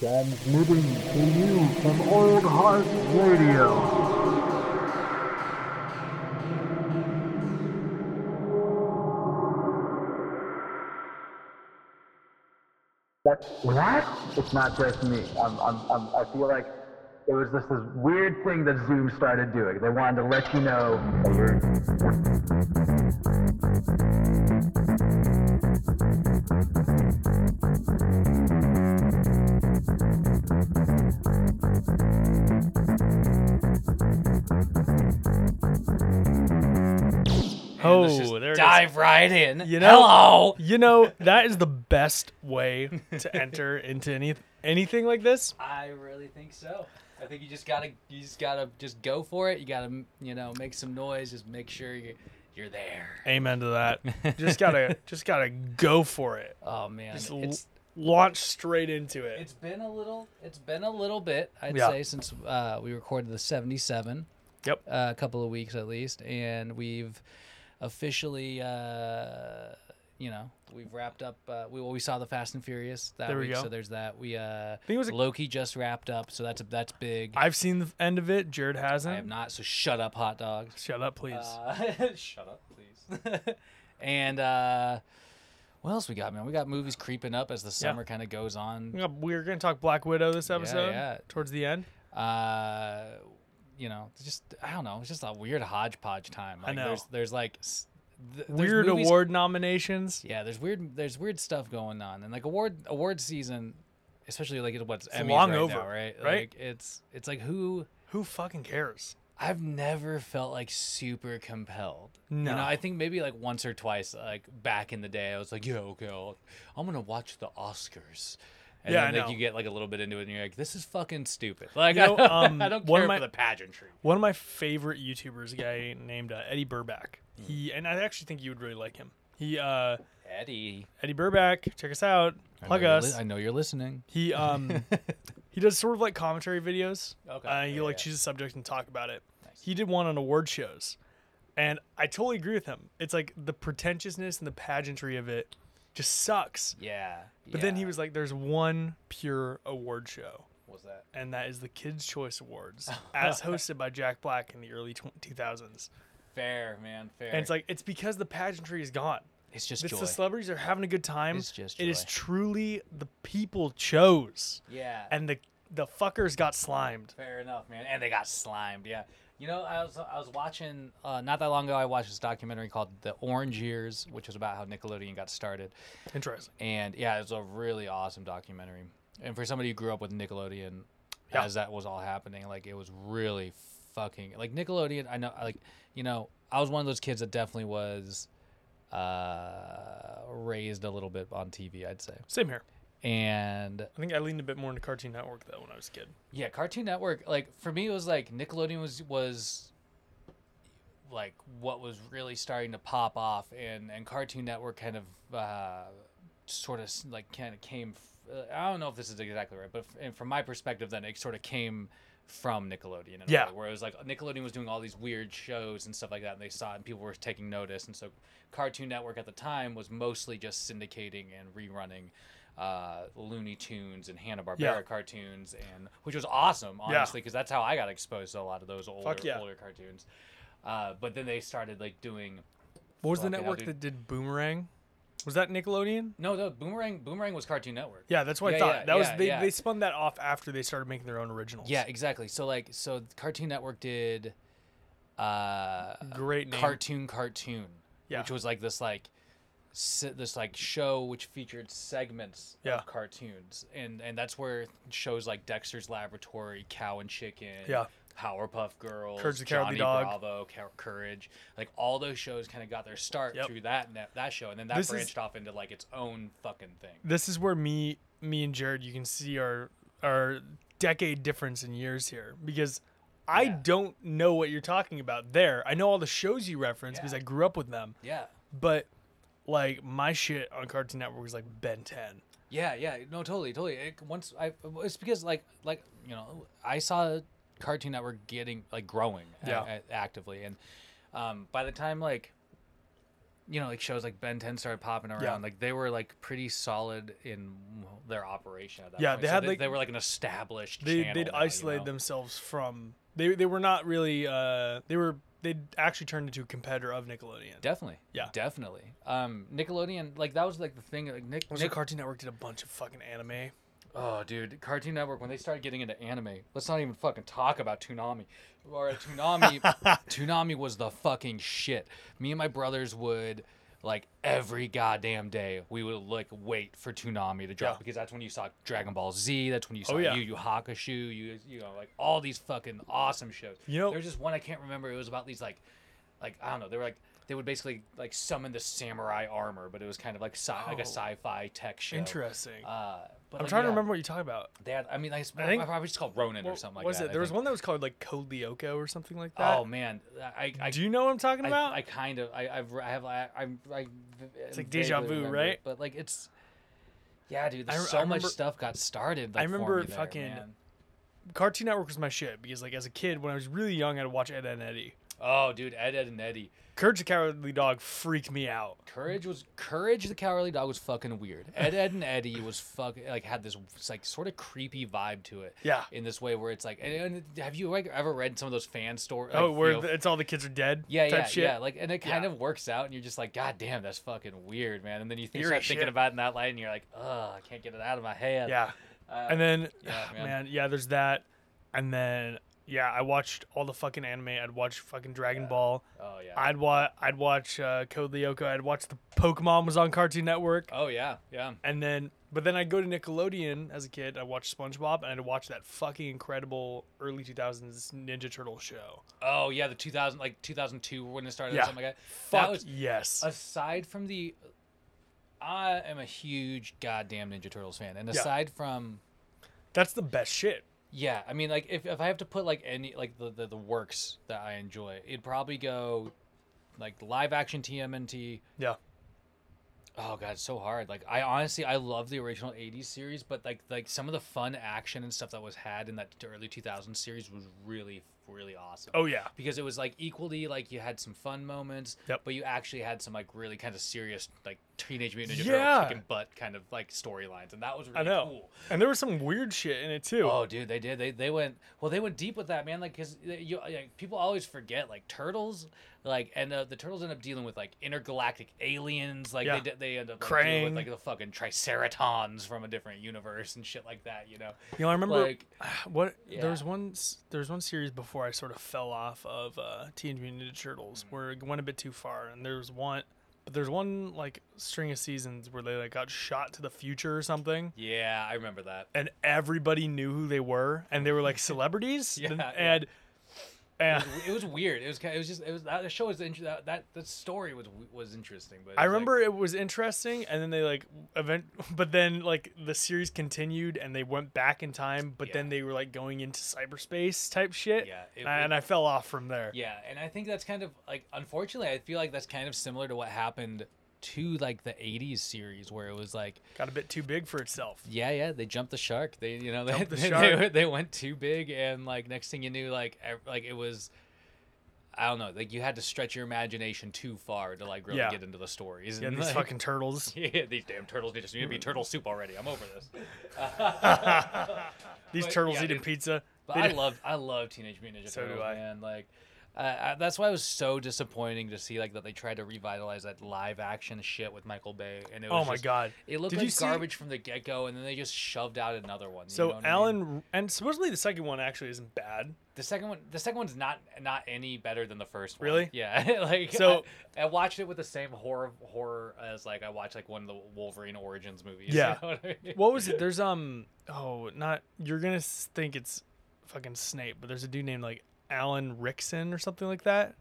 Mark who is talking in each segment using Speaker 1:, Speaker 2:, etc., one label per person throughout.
Speaker 1: Transmitting to you from Old Heart Radio. That, that? It's not just me. I'm, I'm, I'm, I feel like it was just this weird thing that Zoom started doing. They wanted to let you know.
Speaker 2: Oh,
Speaker 3: Let's just
Speaker 2: there it is.
Speaker 3: dive right in.
Speaker 2: You know,
Speaker 3: Hello.
Speaker 2: You know, that is the best way to enter into any anything like this.
Speaker 3: I really think so. I think you just gotta, you just gotta, just go for it. You gotta, you know, make some noise. Just make sure you, you're there.
Speaker 2: Amen to that. Just gotta, just gotta go for it.
Speaker 3: Oh man,
Speaker 2: Just l-
Speaker 3: it's
Speaker 2: launch straight into it.
Speaker 3: it's been a little, it's been a little bit. I'd
Speaker 2: Yeah.
Speaker 3: say since uh, we recorded the '77,
Speaker 2: Yep.
Speaker 3: uh, a couple of weeks at least, and we've officially, uh, you know, we've wrapped up. Uh, we well, we saw the Fast and Furious that
Speaker 2: There we
Speaker 3: week,
Speaker 2: go.
Speaker 3: so there's that. We uh,
Speaker 2: think it was a-
Speaker 3: Loki just wrapped up, so that's a, that's big.
Speaker 2: I've seen the end of it. Jared hasn't.
Speaker 3: I have not. So shut up, hot dogs.
Speaker 2: Shut up, please.
Speaker 3: Uh, shut up, please. and uh, what else we got, man? We got movies creeping up as the summer kind of goes on.
Speaker 2: Yeah, We're gonna talk Black Widow this episode
Speaker 3: yeah.
Speaker 2: towards the end.
Speaker 3: Uh, you know, it's just I don't know. It's just a weird hodgepodge time. Like,
Speaker 2: know.
Speaker 3: There's there's like s- th- there's
Speaker 2: Weird
Speaker 3: movies-
Speaker 2: award nominations.
Speaker 3: Yeah, there's weird there's weird stuff going on, and like award award season, especially like it- what's Emmys
Speaker 2: long
Speaker 3: right
Speaker 2: over,
Speaker 3: now, right?
Speaker 2: right?
Speaker 3: Like, it's it's like who
Speaker 2: Who fucking cares?
Speaker 3: I've never felt like super compelled. You
Speaker 2: No.
Speaker 3: know, I think maybe like once or twice, like back in the day, I was like, yeah, okay, I'll, I'm gonna watch the Oscars. And
Speaker 2: Yeah,
Speaker 3: then
Speaker 2: I
Speaker 3: like
Speaker 2: know.
Speaker 3: you get like a little bit into it and you're like, this is fucking stupid. Like
Speaker 2: You know,
Speaker 3: I, don't,
Speaker 2: um,
Speaker 3: I don't
Speaker 2: one
Speaker 3: care
Speaker 2: of my-
Speaker 3: for the pageantry.
Speaker 2: One of my favorite YouTubers, a guy named uh, Eddie Burback.
Speaker 3: Mm.
Speaker 2: He and I actually think you would really like him. He uh,
Speaker 3: Eddie.
Speaker 2: Eddie Burback, check us out.
Speaker 3: I know
Speaker 2: Plug
Speaker 3: you're li-
Speaker 2: us.
Speaker 3: I know you're listening.
Speaker 2: He um he does sort of like commentary videos.
Speaker 3: Okay,
Speaker 2: Uh, he
Speaker 3: yeah,
Speaker 2: like
Speaker 3: yeah.
Speaker 2: chooses subjects and talk about it. He did one on award shows, and I totally agree with him. It's like the pretentiousness and the pageantry of it just sucks.
Speaker 3: Yeah.
Speaker 2: But then he
Speaker 3: yeah.
Speaker 2: was like, "There's one pure award show,
Speaker 3: What was that?
Speaker 2: and that is the Kids' Choice Awards, as hosted by Jack Black in the early tw- 2000s."
Speaker 3: Fair, man, fair.
Speaker 2: And it's like it's because the pageantry is gone.
Speaker 3: it's just
Speaker 2: It's
Speaker 3: joy.
Speaker 2: the celebrities are having a good time.
Speaker 3: It's just
Speaker 2: It is
Speaker 3: joy.
Speaker 2: truly the people chose
Speaker 3: yeah.
Speaker 2: and the the fuckers got slimed.
Speaker 3: Fair enough, man. And they got slimed. Yeah. You know, I was I was watching uh, not that long ago. I watched this documentary called "The Orange Years," which was about how Nickelodeon got started.
Speaker 2: Interesting.
Speaker 3: And yeah, it was a really awesome documentary. And for somebody who grew up with Nickelodeon,
Speaker 2: Yeah.
Speaker 3: as that was all happening, like it was really fucking like Nickelodeon. I know, like you know, I was one of those kids that definitely was uh, raised a little bit on TV. I'd say,
Speaker 2: Same here.
Speaker 3: and
Speaker 2: I think I leaned a bit more into Cartoon Network though when I was a kid.
Speaker 3: Yeah, Cartoon Network. Like for me, it was like Nickelodeon was was like what was really starting to pop off, and and Cartoon Network kind of uh, sort of like kind of came. f- uh, I don't know if this is exactly right, but f- and from my perspective, then it sort of came from Nickelodeon. In a
Speaker 2: Yeah.
Speaker 3: way, where it was like Nickelodeon was doing all these weird shows and stuff like that, and they saw it, and people were taking notice, and so Cartoon Network at the time was mostly just syndicating and rerunning. Uh, Looney Tunes and Hanna Barbera
Speaker 2: Yeah.
Speaker 3: cartoons, and which was awesome,
Speaker 2: Yeah.
Speaker 3: honestly, because that's how I got exposed to a lot of those older
Speaker 2: yeah.
Speaker 3: older cartoons. Uh, but then they started like doing
Speaker 2: What was the
Speaker 3: Fucking hell,
Speaker 2: network
Speaker 3: dude.
Speaker 2: that did Boomerang? Was that Nickelodeon?
Speaker 3: no, no Boomerang. Boomerang was Cartoon Network.
Speaker 2: Yeah, that's what I
Speaker 3: Yeah,
Speaker 2: thought.
Speaker 3: yeah,
Speaker 2: that was
Speaker 3: yeah,
Speaker 2: they,
Speaker 3: yeah.
Speaker 2: they spun that off after they started making their own originals.
Speaker 3: Yeah, exactly. So like, so Cartoon Network did uh,
Speaker 2: Great name.
Speaker 3: Cartoon Cartoon,
Speaker 2: Yeah.
Speaker 3: which was like this like se- this like show which featured segments
Speaker 2: Yeah.
Speaker 3: of cartoons, and and that's where shows like Dexter's Laboratory, Cow and Chicken,
Speaker 2: Yeah.
Speaker 3: Powerpuff Girls,
Speaker 2: Courage the Cowardly
Speaker 3: Johnny
Speaker 2: Dog.
Speaker 3: Bravo, Cow- Courage, like all those shows kind of got their start
Speaker 2: Yep.
Speaker 3: through that net, that show, and then that
Speaker 2: This is-
Speaker 3: branched off into like its own fucking thing.
Speaker 2: This is where me me and Jared you can see our our decade difference in years here because I
Speaker 3: Yeah.
Speaker 2: don't know what you're talking about there. I know all the shows you reference because
Speaker 3: Yeah.
Speaker 2: I grew up with them.
Speaker 3: Yeah.
Speaker 2: But like my shit on Cartoon Network was like Ben 10.
Speaker 3: Yeah, yeah, no, totally, totally. It, once I, it's because like, like you know, I saw Cartoon Network getting like growing, a-
Speaker 2: Yeah.
Speaker 3: a- actively, and um, by the time like you know, like shows like Ben 10 started popping around.
Speaker 2: Yeah.
Speaker 3: Like they were like pretty solid in their operation at that
Speaker 2: Yeah,
Speaker 3: point.
Speaker 2: they
Speaker 3: So
Speaker 2: had,
Speaker 3: they,
Speaker 2: like-
Speaker 3: they were like an established.
Speaker 2: they
Speaker 3: channel
Speaker 2: they'd
Speaker 3: now, you
Speaker 2: isolate
Speaker 3: know?
Speaker 2: themselves from they they were not really uh they were they would actually turned into a competitor of Nickelodeon.
Speaker 3: Definitely.
Speaker 2: Yeah.
Speaker 3: Definitely. Um, Nickelodeon, like that was like the thing. Like Nick,
Speaker 2: Also,
Speaker 3: Nick
Speaker 2: Cartoon Network did a bunch of fucking anime.
Speaker 3: Oh, dude, Cartoon Network when they started getting into anime. Let's not even fucking talk about Toonami. Or Toonami, Toonami was the fucking shit. Me and my brothers would like every goddamn day we would like wait for Toonami to drop
Speaker 2: Yeah. Oh,
Speaker 3: because that's when you saw Dragon Ball Z. That's when you saw
Speaker 2: yeah.
Speaker 3: Yu Yu Hakusho. You you know like all these fucking awesome shows.
Speaker 2: You know-
Speaker 3: there's just one I can't remember. It was about these like like I don't know. They were like. They would basically like summon the samurai armor, but it was kind of like sci- like a
Speaker 2: Oh.
Speaker 3: sci-fi tech show.
Speaker 2: Interesting.
Speaker 3: Uh, but
Speaker 2: I'm
Speaker 3: like,
Speaker 2: trying to
Speaker 3: yeah.
Speaker 2: remember what you talk about.
Speaker 3: They had, I mean, like, it's
Speaker 2: I think-
Speaker 3: probably just called Ronin or
Speaker 2: What
Speaker 3: something like
Speaker 2: was
Speaker 3: that.
Speaker 2: it? There was one that was called like Code Lyoko or something like that.
Speaker 3: Oh man, I, I,
Speaker 2: Do you know what I'm talking
Speaker 3: I,
Speaker 2: about?
Speaker 3: I, I kind of, I, I've, I have, I, I, I it's
Speaker 2: like déjà vu, right?
Speaker 3: But like, it's, yeah, dude.
Speaker 2: I
Speaker 3: there's
Speaker 2: re- I
Speaker 3: so
Speaker 2: remember-
Speaker 3: much stuff got started. Like, for
Speaker 2: remember
Speaker 3: me there,
Speaker 2: fucking-
Speaker 3: man.
Speaker 2: Cartoon Network was my shit because like as a kid when I was really young I'd watch Ed, Ed and Eddie.
Speaker 3: Oh, dude, Ed, Ed, and Eddie.
Speaker 2: Courage the Cowardly Dog freaked me out.
Speaker 3: Courage was Courage. The Cowardly Dog was fucking weird. Ed, Ed, and Eddie was fucking like had this like sort of creepy vibe to it.
Speaker 2: Yeah.
Speaker 3: In this way, where it's like, and, and have you like ever read some of those fan stories?
Speaker 2: oh, where the- it's all the kids are dead.
Speaker 3: Yeah,
Speaker 2: type
Speaker 3: yeah,
Speaker 2: shit.
Speaker 3: yeah. Like, and it kind
Speaker 2: Yeah.
Speaker 3: of works out, and you're just like, God damn, that's fucking weird, man. And then you think,
Speaker 2: Eerie
Speaker 3: start thinking
Speaker 2: shit.
Speaker 3: about it in that light, and you're like, Ugh, I can't get it out of my head.
Speaker 2: Yeah.
Speaker 3: Uh,
Speaker 2: and then ah,
Speaker 3: yeah,
Speaker 2: man.
Speaker 3: man.
Speaker 2: yeah, there's that. And then yeah, I watched all the fucking anime. I'd watch fucking Dragon Ball.
Speaker 3: oh yeah.
Speaker 2: I'd watch I'd watch uh, Code Lyoko. I'd watch the Pokemon was on Cartoon Network.
Speaker 3: oh yeah, yeah.
Speaker 2: And then but then I'd go to Nickelodeon as a kid. I watched SpongeBob and I'd watch that fucking incredible early 2000s Ninja Turtle show.
Speaker 3: Oh yeah, the 2000, like 2002 when it started, or
Speaker 2: Yeah.
Speaker 3: something like that.
Speaker 2: Fuck
Speaker 3: That was
Speaker 2: yes.
Speaker 3: aside from the. I am a huge goddamn Ninja Turtles fan, and aside from
Speaker 2: That's the best shit.
Speaker 3: Yeah, I mean, like if, if I have to put like any like the, the the works that I enjoy, it'd probably go like live action TMNT.
Speaker 2: Yeah.
Speaker 3: Oh god, it's so hard. Like I honestly I love the original 80s series, but like like some of the fun action and stuff that was had in that early 2000s series was really really awesome.
Speaker 2: Oh yeah.
Speaker 3: Because it was like equally like you had some fun moments,
Speaker 2: Yep.
Speaker 3: but you actually had some like really kind of serious like teenage mutant ninja
Speaker 2: Yeah.
Speaker 3: turtle kicking butt kind of like storylines, and that was really
Speaker 2: I know.
Speaker 3: cool.
Speaker 2: And there was some weird shit in it too.
Speaker 3: Oh, dude, they did. They they went well. They went deep with that man, like because you like, people always forget like turtles, like and uh, the turtles end up dealing with like intergalactic aliens, like
Speaker 2: Yeah.
Speaker 3: they they end up like, dealing
Speaker 2: Krang.
Speaker 3: with like the fucking triceratons from a different universe and shit like that, you know.
Speaker 2: You know, I remember
Speaker 3: Like-
Speaker 2: what
Speaker 3: Yeah.
Speaker 2: there was one s- there was one series before I sort of fell off of uh, Teenage Mutant Ninja Turtles
Speaker 3: Mm-hmm.
Speaker 2: where it went a bit too far, and there was one, but there's one like string of seasons where they like got shot to the future or something,
Speaker 3: Yeah, I remember that.
Speaker 2: and everybody knew who they were, and they were like celebrities,
Speaker 3: Yeah,
Speaker 2: and
Speaker 3: yeah.
Speaker 2: and, and
Speaker 3: It was weird. It was kind. It was just. It was that the show was int- that that the story was w- was interesting. But it
Speaker 2: I
Speaker 3: was, like-
Speaker 2: remember it was interesting, and then they like event, but then like the series continued, and they went back in time, but then
Speaker 3: Yeah.
Speaker 2: they were like going into cyberspace type shit,
Speaker 3: Yeah, it
Speaker 2: and, I,
Speaker 3: was-
Speaker 2: and I fell off from there.
Speaker 3: Yeah, and I think that's kind of like unfortunately, I feel like that's kind of similar to what happened to like the 80s series where it was like
Speaker 2: Got a bit too big for itself.
Speaker 3: Yeah, yeah, they jumped the shark. They, you know, they
Speaker 2: Jumped the
Speaker 3: they, They,
Speaker 2: shark.
Speaker 3: they went too big, and like next thing you knew, like ev- like it was, I don't know, like you had to stretch your imagination too far to like really
Speaker 2: Yeah.
Speaker 3: get into the stories.
Speaker 2: Yeah,
Speaker 3: and,
Speaker 2: these
Speaker 3: like,
Speaker 2: fucking turtles.
Speaker 3: yeah, these damn turtles they just need to be turtle soup already. I'm over this.
Speaker 2: These
Speaker 3: But,
Speaker 2: turtles
Speaker 3: yeah,
Speaker 2: eating
Speaker 3: dude.
Speaker 2: pizza.
Speaker 3: But
Speaker 2: They
Speaker 3: I
Speaker 2: do-
Speaker 3: love I love Teenage Mutant Ninja
Speaker 2: So do
Speaker 3: Turtles,
Speaker 2: I.
Speaker 3: man. Like, uh, I, that's why it was so disappointing to see like that they tried to revitalize that live action shit with Michael Bay, and it was
Speaker 2: oh my
Speaker 3: just-
Speaker 2: god!
Speaker 3: It looked
Speaker 2: Did you
Speaker 3: like
Speaker 2: see-
Speaker 3: garbage from the get go, and then they just shoved out another one. you know
Speaker 2: So
Speaker 3: what I mean?
Speaker 2: Alan and supposedly the second one actually isn't bad.
Speaker 3: The second one, the second one's not not any better than the first one.
Speaker 2: Really?
Speaker 3: Yeah. like
Speaker 2: So-
Speaker 3: so, I, I watched it with the same horror horror as like I watched like one of the Wolverine Origins movies. you
Speaker 2: Yeah.
Speaker 3: know what I mean?
Speaker 2: What was it? There's um oh not you're gonna s- think it's fucking Snape, but there's a dude named like Alan Rickson or something like that.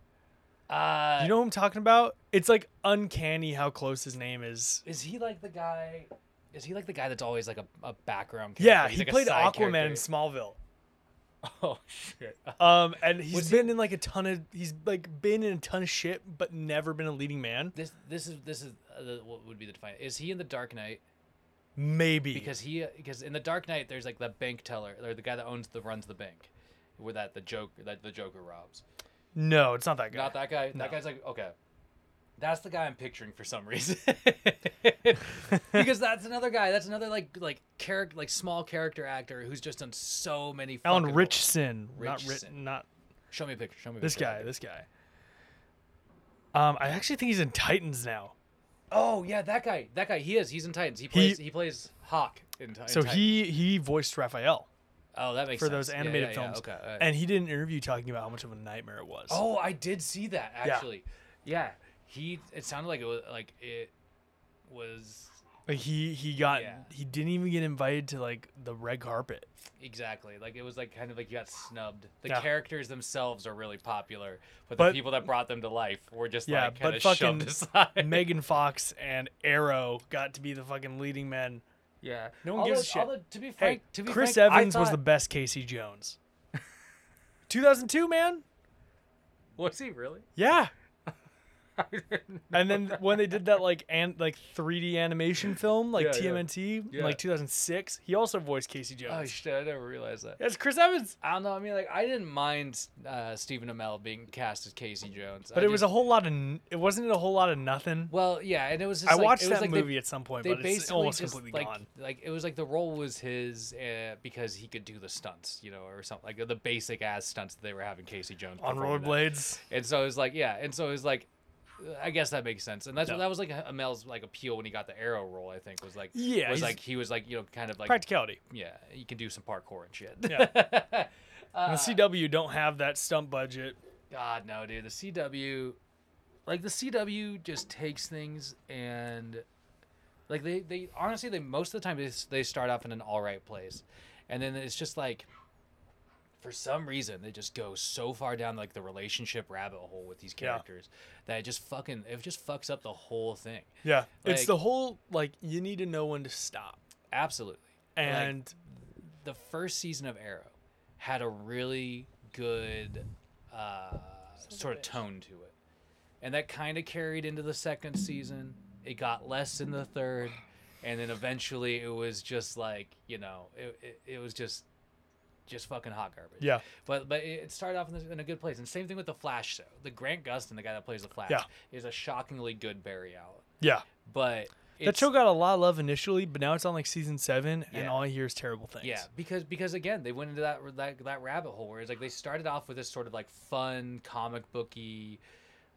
Speaker 3: uh,
Speaker 2: You know who I'm talking about? It's like uncanny how close his name is.
Speaker 3: is he like the guy? Is he like the guy that's always like a, a background? Character?
Speaker 2: Yeah,
Speaker 3: He's,
Speaker 2: he
Speaker 3: like, a
Speaker 2: played
Speaker 3: side
Speaker 2: Aquaman in
Speaker 3: character.
Speaker 2: Smallville.
Speaker 3: Oh shit.
Speaker 2: Um, and he's
Speaker 3: Was he-
Speaker 2: been in like a ton of he's like been in a ton of shit, but never been a leading man.
Speaker 3: This this is this is uh, the- what would be the define. Is he in the Dark Knight?
Speaker 2: Maybe
Speaker 3: Because he because in the Dark Knight there's like the bank teller or the guy that owns the runs the bank, where that the joke that the Joker robs.
Speaker 2: no, it's not that guy.
Speaker 3: Not that guy.
Speaker 2: No.
Speaker 3: That guy's like okay. That's the guy I'm picturing for some reason. because that's another guy. That's another like like character like small character actor who's just done so many.
Speaker 2: Alan
Speaker 3: fucking roles.
Speaker 2: Richson, not Rich,
Speaker 3: Richson.
Speaker 2: not
Speaker 3: Show me a picture. Show me a
Speaker 2: this
Speaker 3: picture.
Speaker 2: guy, this guy. Um, I actually think he's in Titans now.
Speaker 3: Oh yeah, that guy. That guy. He is. He's in Titans. He plays. He, plays Hawk in, Ti- in
Speaker 2: So
Speaker 3: Titans.
Speaker 2: he he voiced Raphael
Speaker 3: Oh, that makes
Speaker 2: for
Speaker 3: sense.
Speaker 2: those
Speaker 3: Yeah,
Speaker 2: animated
Speaker 3: yeah, yeah,
Speaker 2: films,
Speaker 3: Okay. all right.
Speaker 2: and he did an interview talking about how much of a nightmare it was.
Speaker 3: Oh, I did see that actually. Yeah. He it sounded like it was like it was
Speaker 2: like he he got
Speaker 3: Yeah.
Speaker 2: he didn't even get invited to like the red carpet.
Speaker 3: exactly like it was like kind of like you got snubbed. The
Speaker 2: Yeah.
Speaker 3: characters themselves are really popular, but,
Speaker 2: But-
Speaker 3: the people that brought them to life were just
Speaker 2: Yeah,
Speaker 3: like kind
Speaker 2: but
Speaker 3: of
Speaker 2: fucking
Speaker 3: shoved aside.
Speaker 2: Megan Fox and Arrow got to be the fucking leading men.
Speaker 3: yeah.
Speaker 2: No one gives a
Speaker 3: Although-
Speaker 2: shit.
Speaker 3: although, to be frank, to be
Speaker 2: Chris
Speaker 3: frank, I
Speaker 2: Evans was the
Speaker 3: thought-
Speaker 2: best Casey Jones. 2002, man.
Speaker 3: Was he really?
Speaker 2: Yeah. and then when they did that like and like 3D animation film like
Speaker 3: Yeah, yeah.
Speaker 2: TMNT in,
Speaker 3: Yeah.
Speaker 2: like 2006, he also voiced Casey
Speaker 3: Oh
Speaker 2: Jones.
Speaker 3: shit, I never realized that.
Speaker 2: That's Chris Evans.
Speaker 3: I don't know. I mean, like, I didn't mind uh, Stephen Amell being cast as Casey Jones,
Speaker 2: But
Speaker 3: I
Speaker 2: it was
Speaker 3: just-
Speaker 2: a whole lot of n- it wasn't it a whole lot of nothing.
Speaker 3: well, yeah, and it was. Just
Speaker 2: I
Speaker 3: like,
Speaker 2: watched
Speaker 3: it was
Speaker 2: that
Speaker 3: like they-
Speaker 2: movie at some point,
Speaker 3: they
Speaker 2: but it's
Speaker 3: basically
Speaker 2: almost
Speaker 3: just,
Speaker 2: completely
Speaker 3: like,
Speaker 2: gone.
Speaker 3: Like it was like the role was his uh, because he could do the stunts, you know, or something like the basic ass stunts that they were having Casey Jones
Speaker 2: On
Speaker 3: perform that.
Speaker 2: rollerblades.
Speaker 3: And so it was like, yeah, and so it was like, I guess that makes sense, and that's
Speaker 2: No.
Speaker 3: that was like Amel's like appeal when he got the arrow role. I think was like,
Speaker 2: Yeah,
Speaker 3: was
Speaker 2: he's-
Speaker 3: like he was like you know kind of like
Speaker 2: Practicality.
Speaker 3: yeah, you can do some parkour and shit. uh,
Speaker 2: And the CW don't have that stunt budget.
Speaker 3: God no, dude, the CW, like the CW just takes things and like they they honestly they most of the time they, s- they start off in an all right place and then it's just like for some reason they just go so far down like the relationship rabbit hole with these
Speaker 2: Yeah.
Speaker 3: characters that it just fucking it just fucks up the whole thing
Speaker 2: Yeah. it's
Speaker 3: Like-
Speaker 2: the whole like you need to know when to stop.
Speaker 3: absolutely
Speaker 2: And
Speaker 3: the first season of arrow had a really good uh, sort of tone to it and that kind of carried into the second season. It got less in the third, and then eventually it was just like you know, it it, it was just just fucking hot garbage.
Speaker 2: Yeah.
Speaker 3: But but it it started off in, this, in a good place, and same thing with the Flash show. The Grant Gustin, the guy that plays the Flash,
Speaker 2: Yeah.
Speaker 3: is a shockingly good Barry Allen.
Speaker 2: yeah.
Speaker 3: But
Speaker 2: That
Speaker 3: it's-
Speaker 2: show got a lot of love initially, but now it's on like season seven, and
Speaker 3: Yeah.
Speaker 2: all I hear is terrible things.
Speaker 3: Yeah, because because again, they went into that that, that rabbit hole where it's like they started off with this sort of like fun comic booky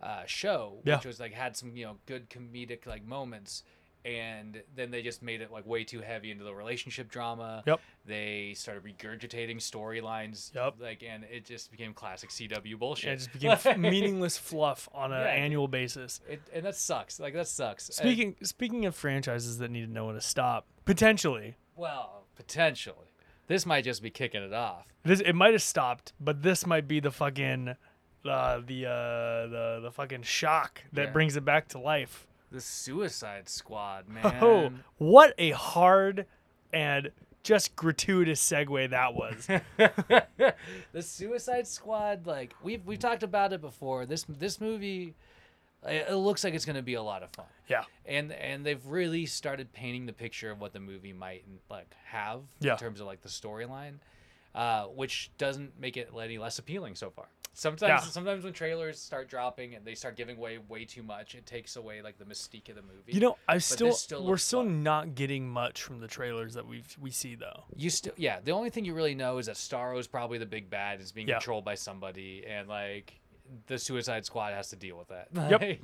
Speaker 3: uh, show,
Speaker 2: Yeah.
Speaker 3: which was like had some you know good comedic like moments, and then they just made it like way too heavy into the relationship drama.
Speaker 2: Yep.
Speaker 3: They started regurgitating storylines.
Speaker 2: Yep.
Speaker 3: Like, and it just became classic CW bullshit.
Speaker 2: Yeah, it just became f-
Speaker 3: Like,
Speaker 2: meaningless fluff on an
Speaker 3: Yeah, dude.
Speaker 2: annual basis.
Speaker 3: It, and that sucks. Like that sucks. Uh,
Speaker 2: Speaking speaking of franchises that need to know when to stop, potentially
Speaker 3: well, potentially, this might just be kicking it off.
Speaker 2: this it might have stopped, but this might be the fucking uh, the uh, the the fucking shock that
Speaker 3: Yeah.
Speaker 2: brings it back to life.
Speaker 3: The Suicide Squad, man.
Speaker 2: Oh, what a hard and just gratuitous segue that was.
Speaker 3: the Suicide Squad, like we've we've talked about it before. This this movie, it, it looks like it's going to be a lot of fun,
Speaker 2: yeah,
Speaker 3: and and they've really started painting the picture of what the movie might like have
Speaker 2: Yeah.
Speaker 3: in terms of like the storyline, uh, which doesn't make it any less appealing so far. Sometimes
Speaker 2: Yeah.
Speaker 3: sometimes when trailers start dropping and they start giving away way too much, it takes away like the mystique of the movie.
Speaker 2: you know I still,
Speaker 3: this still
Speaker 2: we're
Speaker 3: looks
Speaker 2: still
Speaker 3: fun.
Speaker 2: not getting much from the trailers that we we see though.
Speaker 3: you still yeah the only thing you really know is that starro is probably the big bad is being
Speaker 2: Yeah.
Speaker 3: controlled by somebody and like the suicide squad has to deal with that
Speaker 2: Yep.
Speaker 3: Like,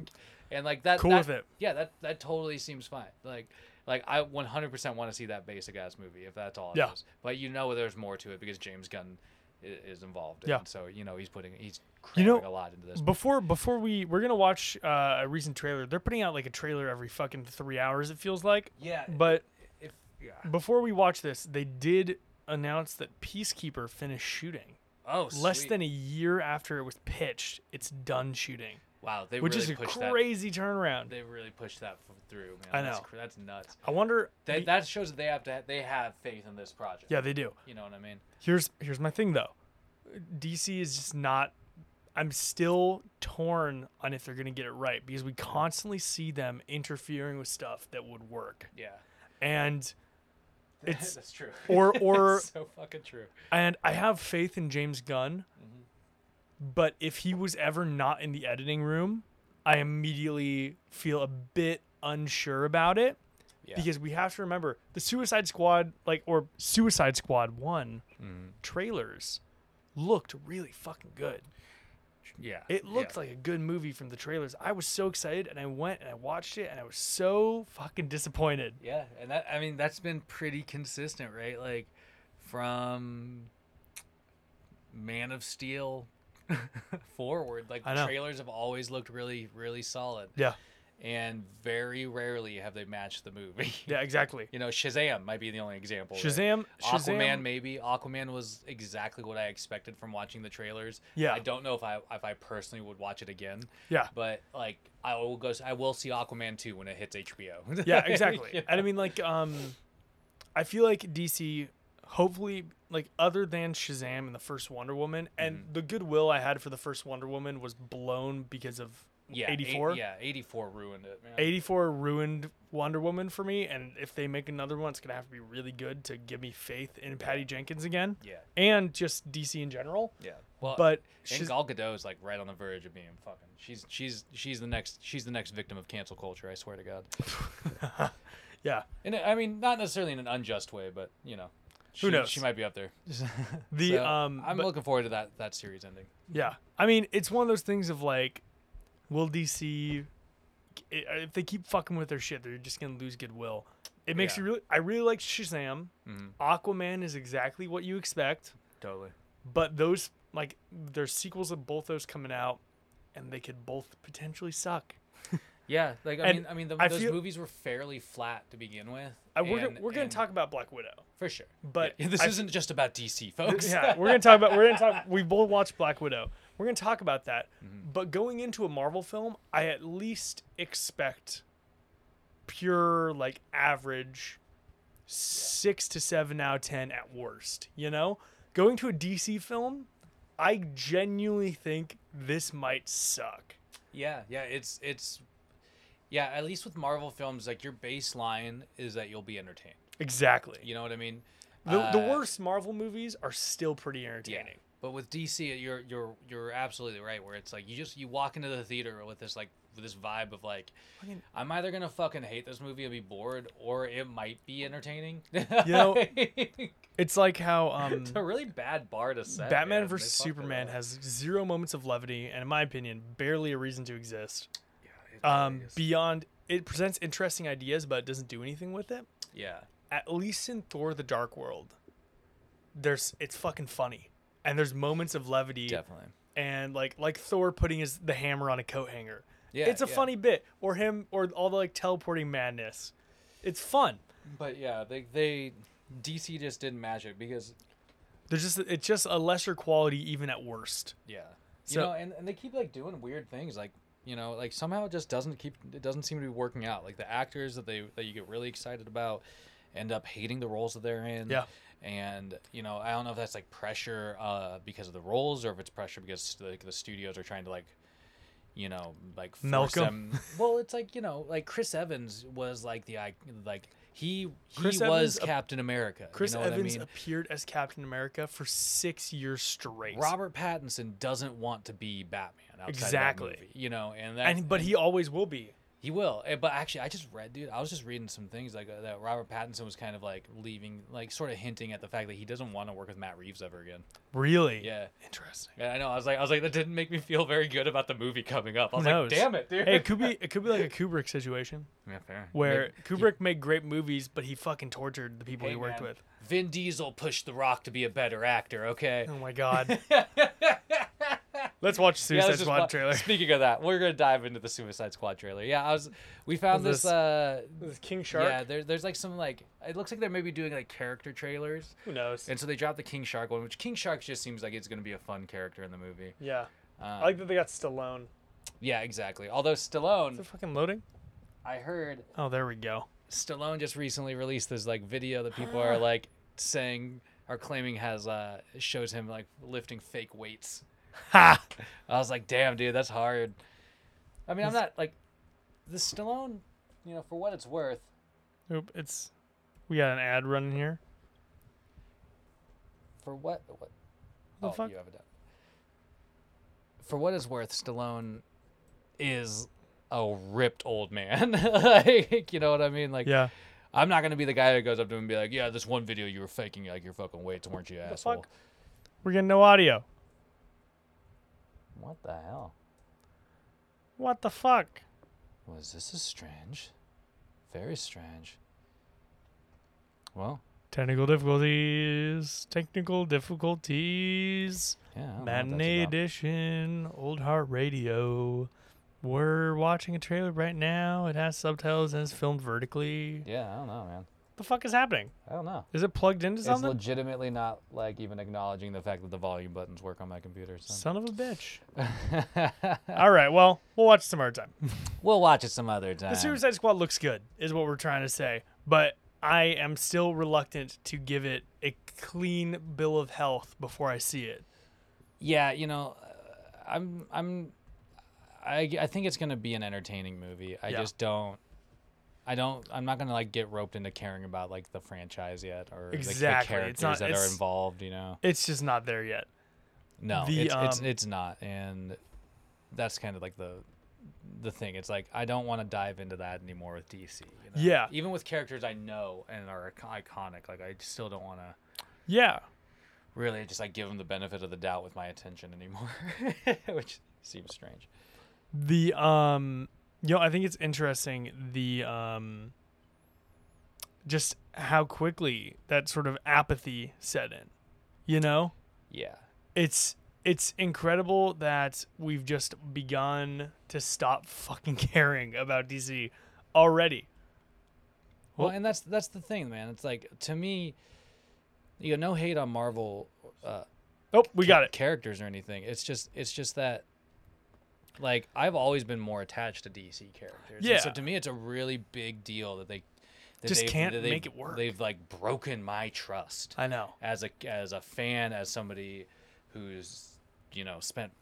Speaker 3: and like that
Speaker 2: Cool
Speaker 3: that-
Speaker 2: with it.
Speaker 3: yeah that that totally seems fine like like i 100% want to see that basic ass movie if that's all it is.
Speaker 2: Yeah.
Speaker 3: but you know there's more to it because james gunn i- is involved
Speaker 2: Yeah.
Speaker 3: and so you know he's putting he's
Speaker 2: You
Speaker 3: cramming a
Speaker 2: know,
Speaker 3: lot into this
Speaker 2: Before before we we're gonna watch uh, a recent trailer. They're putting out like a trailer every fucking three hours. It feels like.
Speaker 3: yeah
Speaker 2: But
Speaker 3: if yeah
Speaker 2: before we watch this, they did announce that Peacekeeper finished shooting
Speaker 3: oh
Speaker 2: less
Speaker 3: sweet.
Speaker 2: than a year after it was pitched. It's done shooting,
Speaker 3: wow they
Speaker 2: which
Speaker 3: really
Speaker 2: is a
Speaker 3: pushed
Speaker 2: crazy turnaround.
Speaker 3: that they really pushed that f- through man
Speaker 2: I
Speaker 3: that's,
Speaker 2: know.
Speaker 3: cr- that's nuts
Speaker 2: I wonder.
Speaker 3: That,
Speaker 2: the-
Speaker 3: that shows that they have to they have faith in this project.
Speaker 2: yeah, they do.
Speaker 3: You know what I mean?
Speaker 2: Here's here's my thing though. DC is just not. I'm still torn on if they're gonna get it right because we constantly see them interfering with stuff that would work,
Speaker 3: Yeah.
Speaker 2: and it's
Speaker 3: that's true.
Speaker 2: or
Speaker 3: It's
Speaker 2: or
Speaker 3: so fucking true.
Speaker 2: and I have faith
Speaker 3: Mm-hmm.
Speaker 2: in James Gunn, but if he was ever not in the editing room, I immediately feel a bit unsure about it
Speaker 3: Yeah.
Speaker 2: because we have to remember the Suicide Squad, like or Suicide Squad One trailers, looked really fucking good.
Speaker 3: yeah.
Speaker 2: It looked like a good movie from the trailers. I was so excited, and I went and I watched it, and I was so fucking disappointed.
Speaker 3: Yeah, and that I mean that's been pretty consistent, right? Like from Man of Steel forward, like
Speaker 2: I know.
Speaker 3: the trailers have always looked really, really solid,
Speaker 2: Yeah,
Speaker 3: and very rarely have they matched the movie.
Speaker 2: yeah, exactly.
Speaker 3: You know, Shazam might be the only example. where-
Speaker 2: Shazam, Shazam,
Speaker 3: Aquaman maybe. Aquaman was exactly what I expected from watching the trailers.
Speaker 2: Yeah.
Speaker 3: I don't know if I if I personally would watch it again.
Speaker 2: Yeah.
Speaker 3: But like I will go s- I will see Aquaman 2 when it hits HBO.
Speaker 2: yeah, exactly.
Speaker 3: You
Speaker 2: And I
Speaker 3: know?
Speaker 2: mean, like, um, I feel like DC, hopefully, like, other than Shazam and the first Wonder Woman, and
Speaker 3: Mm-hmm.
Speaker 2: the goodwill I had for the first Wonder Woman was blown because of
Speaker 3: yeah, eight-
Speaker 2: 84.
Speaker 3: yeah, 84 ruined it, man.
Speaker 2: 84 ruined Wonder Woman for me, and if they make another one, it's gonna have to be really good to give me faith in Patty Jenkins again,
Speaker 3: Yeah.
Speaker 2: and just DC in general.
Speaker 3: Yeah. Well,
Speaker 2: But
Speaker 3: and
Speaker 2: Shaz-
Speaker 3: Gal Gadot is like right on the verge of being fucking. She's she's she's the next she's the next victim of cancel culture. I swear to God.
Speaker 2: yeah,
Speaker 3: And I mean, not necessarily in an unjust way, but you know, she,
Speaker 2: knows?
Speaker 3: She might be up there.
Speaker 2: the
Speaker 3: So,
Speaker 2: um,
Speaker 3: I'm
Speaker 2: but-
Speaker 3: looking forward to that that series ending.
Speaker 2: Yeah. I mean, it's one of those things of like, will DC, i- uh, if they keep fucking with their shit, they're just going to lose goodwill. It makes
Speaker 3: Yeah.
Speaker 2: you really, I really like Shazam.
Speaker 3: Mhm.
Speaker 2: Aquaman is exactly what you expect,
Speaker 3: Totally.
Speaker 2: but those, like, there's sequels of both those coming out, and they could both potentially suck.
Speaker 3: Yeah, like I
Speaker 2: And
Speaker 3: mean, I mean, the,
Speaker 2: I
Speaker 3: those
Speaker 2: feel-
Speaker 3: movies were fairly flat to begin with.
Speaker 2: I, we're gonna-
Speaker 3: and-
Speaker 2: we're going
Speaker 3: and-
Speaker 2: to talk about Black Widow,
Speaker 3: for sure,
Speaker 2: but
Speaker 3: Yeah, this
Speaker 2: I-
Speaker 3: isn't just about DC, folks.
Speaker 2: yeah, we're gonna talk about we're gonna talk. We both watched Black Widow. We're gonna talk about that.
Speaker 3: Mm-hmm.
Speaker 2: But going into a Marvel film, I at least expect pure like average six to seven out of ten at worst. You know, going to a DC film, I genuinely think this might suck.
Speaker 3: yeah, yeah. It's it's yeah. At least with Marvel films, like your baseline is that you'll be entertained.
Speaker 2: Exactly.
Speaker 3: You know what I mean?
Speaker 2: The, the
Speaker 3: Uh,
Speaker 2: worst Marvel movies are still pretty
Speaker 3: Yeah.
Speaker 2: entertaining.
Speaker 3: But with DC, you're you're you're absolutely right. Where it's like you just you walk into the theater with this like with this vibe of like,
Speaker 2: Fucking-
Speaker 3: I'm either gonna fucking hate this movie and be bored, or it might be entertaining.
Speaker 2: know-
Speaker 3: it's
Speaker 2: It's like how um,
Speaker 3: a really bad bar to set.
Speaker 2: Batman
Speaker 3: man.
Speaker 2: versus
Speaker 3: They fucked it
Speaker 2: Superman
Speaker 3: up.
Speaker 2: has zero moments of levity, and in my opinion, barely a reason to exist.
Speaker 3: It really
Speaker 2: Um,
Speaker 3: is.
Speaker 2: beyond it presents interesting ideas, but it doesn't do anything with it.
Speaker 3: yeah.
Speaker 2: At least in Thor: The Dark World, there's it's fucking funny, and there's moments of levity,
Speaker 3: Definitely.
Speaker 2: and like like Thor putting his the hammer on a coat hanger.
Speaker 3: Yeah,
Speaker 2: it's a
Speaker 3: yeah.
Speaker 2: funny bit, or him, or all the like teleporting madness. It's fun.
Speaker 3: But yeah, they they DC just didn't match it because
Speaker 2: There's just it's just a lesser quality, even at worst.
Speaker 3: yeah,
Speaker 2: So-
Speaker 3: you know, and, and they keep like doing weird things like you know like somehow it just doesn't keep it doesn't seem to be working out. Like the actors that they that you get really excited about end up hating the roles that they're in.
Speaker 2: Yeah.
Speaker 3: And you know, I don't know if that's like pressure uh, because of the roles, or if it's pressure because like the studios are trying to like, you know, like force
Speaker 2: Milk 'em.
Speaker 3: them. well, it's like you know, like Chris Evans was like the ic- like he he
Speaker 2: Chris
Speaker 3: was
Speaker 2: Evans ap-
Speaker 3: Captain America.
Speaker 2: Chris
Speaker 3: you know
Speaker 2: Evans
Speaker 3: what I mean?
Speaker 2: appeared as Captain America for six years straight.
Speaker 3: Robert Pattinson doesn't want to be Batman. Outside
Speaker 2: Exactly.
Speaker 3: Of that movie, you know, and that
Speaker 2: and but he always will be.
Speaker 3: he will. Eh, But actually, I just read, dude. I was just reading some things like uh, that. Robert Pattinson was kind of like leaving, like sort of hinting at the fact that he doesn't want to work with Matt Reeves ever again.
Speaker 2: Really?
Speaker 3: Yeah.
Speaker 2: Interesting.
Speaker 3: Yeah, I know. I was like, I was like, that didn't make me feel very good about the movie coming up. I was
Speaker 2: knows?
Speaker 3: like, damn it, dude.
Speaker 2: Hey, it could be it could be like a Kubrick situation
Speaker 3: Yeah, fair.
Speaker 2: where Kubrick made great movies, but he fucking tortured the people
Speaker 3: Hey,
Speaker 2: he worked
Speaker 3: man,
Speaker 2: with.
Speaker 3: Vin Diesel pushed The Rock to be a better actor. Okay.
Speaker 2: Oh my god. Let's watch
Speaker 3: Yeah,
Speaker 2: Suicide
Speaker 3: let's just
Speaker 2: Squad
Speaker 3: wa-
Speaker 2: trailer.
Speaker 3: Speaking of that, we're gonna dive into the Suicide Squad trailer. Yeah, I was. We found
Speaker 2: This-
Speaker 3: this. uh
Speaker 2: This King Shark.
Speaker 3: Yeah, there, there's like some like it looks like they're maybe doing like character trailers,
Speaker 2: Who knows?
Speaker 3: and so they dropped the King Shark one, which King Shark just seems like it's gonna be a fun character in the movie.
Speaker 2: yeah.
Speaker 3: Um,
Speaker 2: I like that they got Stallone.
Speaker 3: yeah, exactly. Although Stallone,
Speaker 2: Is it fucking loading?
Speaker 3: I heard
Speaker 2: Oh, there we go.
Speaker 3: Stallone just recently released this like video that people are like saying are claiming has uh shows him like lifting fake weights.
Speaker 2: Ha!
Speaker 3: I was like, damn, dude, that's hard. I mean, I'm not like the Stallone, you know, for what it's worth.
Speaker 2: Oop, it's we got an ad running here.
Speaker 3: For what? What?
Speaker 2: The
Speaker 3: oh,
Speaker 2: fuck?
Speaker 3: you have it up. For what it's worth, Stallone is a ripped old man. like, you know what I mean? Like,
Speaker 2: Yeah.
Speaker 3: I'm not gonna be the guy that goes up to him and be like, "Yeah, this one video you were faking like your fucking weights, weren't you, asshole?"
Speaker 2: fuck? We're getting no audio.
Speaker 3: What the hell?
Speaker 2: What the fuck?
Speaker 3: Was this is strange? Very strange. Well,
Speaker 2: Technical difficulties. Technical difficulties.
Speaker 3: yeah. I don't know what that's
Speaker 2: Matinee
Speaker 3: about.
Speaker 2: edition. Old Heart Radio. We're watching a trailer right now. It has subtitles and it's filmed vertically.
Speaker 3: Yeah, I don't know, man.
Speaker 2: The fuck is happening?
Speaker 3: I don't know.
Speaker 2: Is it plugged into
Speaker 3: It's
Speaker 2: something?
Speaker 3: legitimately not like even acknowledging the fact that the volume buttons work on my computer. So.
Speaker 2: Son of a bitch. All right. Well, we'll watch some other time.
Speaker 3: We'll watch it some other time.
Speaker 2: The Suicide Squad looks good, is what we're trying to say. But I am still reluctant to give it a clean bill of health before I see it.
Speaker 3: yeah, you know, uh, I'm I'm I I think it's gonna be an entertaining movie. I
Speaker 2: Yeah.
Speaker 3: just don't. I don't. I'm not gonna like get roped into caring about like the franchise yet or like,
Speaker 2: Exactly.
Speaker 3: the characters
Speaker 2: It's not-
Speaker 3: that are
Speaker 2: it's-
Speaker 3: involved. You know.
Speaker 2: It's just not there yet.
Speaker 3: No,
Speaker 2: the,
Speaker 3: it's, it's
Speaker 2: um,
Speaker 3: it's not, and that's kind of like the the thing. It's like I don't want to dive into that anymore with DC. You know?
Speaker 2: Yeah.
Speaker 3: even with characters I know and are icon- iconic, like I still don't want to
Speaker 2: Yeah.
Speaker 3: really just like give them the benefit of the doubt with my attention anymore, which seems strange.
Speaker 2: The um you know, I think it's interesting the um just how quickly that sort of apathy set in. You know?
Speaker 3: Yeah,
Speaker 2: It's it's incredible that we've just begun to stop fucking caring about DC already.
Speaker 3: Well, and that's that's the thing, man. It's like to me, you know, no hate on Marvel uh,
Speaker 2: Oh, we got it.
Speaker 3: characters or anything. It's just it's just that like I've always been more attached to DC characters. And so
Speaker 2: Yeah.
Speaker 3: to me, it's a really big deal that they that
Speaker 2: Just
Speaker 3: they've-
Speaker 2: can't
Speaker 3: that they've-
Speaker 2: make it work.
Speaker 3: They've like broken my trust
Speaker 2: I know.
Speaker 3: as a as a fan, as somebody who's you know spent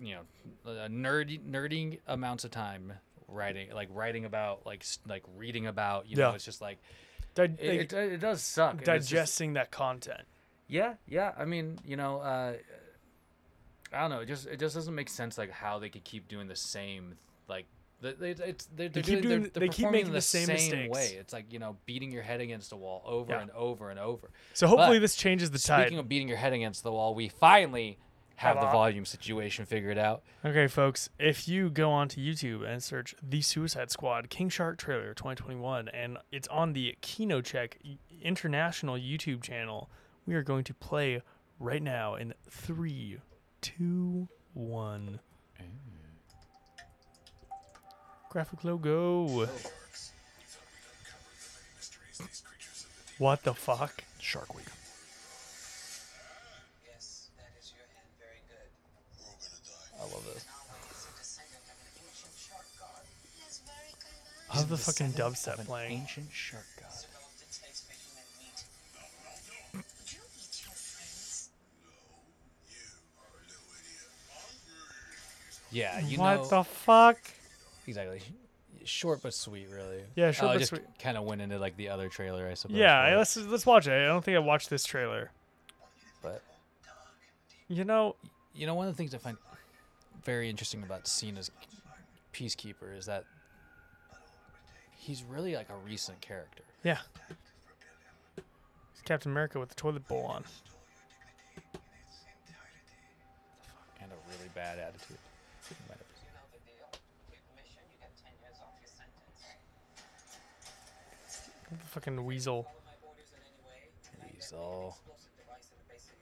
Speaker 3: you know a nerdy nerding amounts of time writing like writing about like s- like reading about you know
Speaker 2: Yeah.
Speaker 3: it's just like
Speaker 2: Di- like,
Speaker 3: it, it, it does suck and it's just-
Speaker 2: digesting that content.
Speaker 3: yeah, yeah. I mean, you know, uh, I don't know. It just it just doesn't make sense like how they could keep doing the same like they, they, it's, they're, they're doing, they're,
Speaker 2: keep doing-
Speaker 3: they're
Speaker 2: they keep
Speaker 3: performing
Speaker 2: making
Speaker 3: in
Speaker 2: the
Speaker 3: same,
Speaker 2: same mistakes.
Speaker 3: way. It's like you know beating your head against the wall over
Speaker 2: Yeah.
Speaker 3: and over and over.
Speaker 2: So hopefully
Speaker 3: But
Speaker 2: this changes the tide.
Speaker 3: Speaking of beating your head against the wall, we finally have the
Speaker 2: Hello?
Speaker 3: volume situation figured out.
Speaker 2: Okay, folks, if you go onto YouTube and search The Suicide Squad King Shark Trailer 2021, and it's on the KinoCheck International YouTube channel, we are going to play right now in three, two, one. Eh. Graphic logo. What the fuck?
Speaker 3: Shark Week.
Speaker 4: Yes, that is your hand. Very good.
Speaker 3: I love this.
Speaker 5: That's very kind of
Speaker 2: How's the fucking
Speaker 3: Of
Speaker 2: dubstep
Speaker 3: an
Speaker 2: playing?
Speaker 3: ancient shark god.
Speaker 4: Developed a taste for human meat.
Speaker 5: Would you eat your friends?
Speaker 3: Yeah, you
Speaker 2: what
Speaker 3: know
Speaker 2: the fuck?
Speaker 3: exactly. Short but sweet, really.
Speaker 2: Yeah, short
Speaker 3: Oh, I
Speaker 2: but
Speaker 3: just
Speaker 2: sweet.
Speaker 3: Kind of went into like the other trailer, I suppose.
Speaker 2: Yeah,
Speaker 3: right?
Speaker 2: let's let's watch it. I don't think I watched this trailer.
Speaker 3: but
Speaker 2: You know,
Speaker 3: you know one of the things I find very interesting about Cena's peacekeeper is that he's really like a recent character.
Speaker 2: Yeah. It's Captain America with the toilet bowl on.
Speaker 3: And a really bad attitude.
Speaker 4: You know the deal. Quick mission, you get 10 years off your sentence.
Speaker 2: The fucking weasel.
Speaker 4: Follow my orders in any way, and I
Speaker 3: He's
Speaker 4: bury an
Speaker 3: all
Speaker 4: explosive device in the base of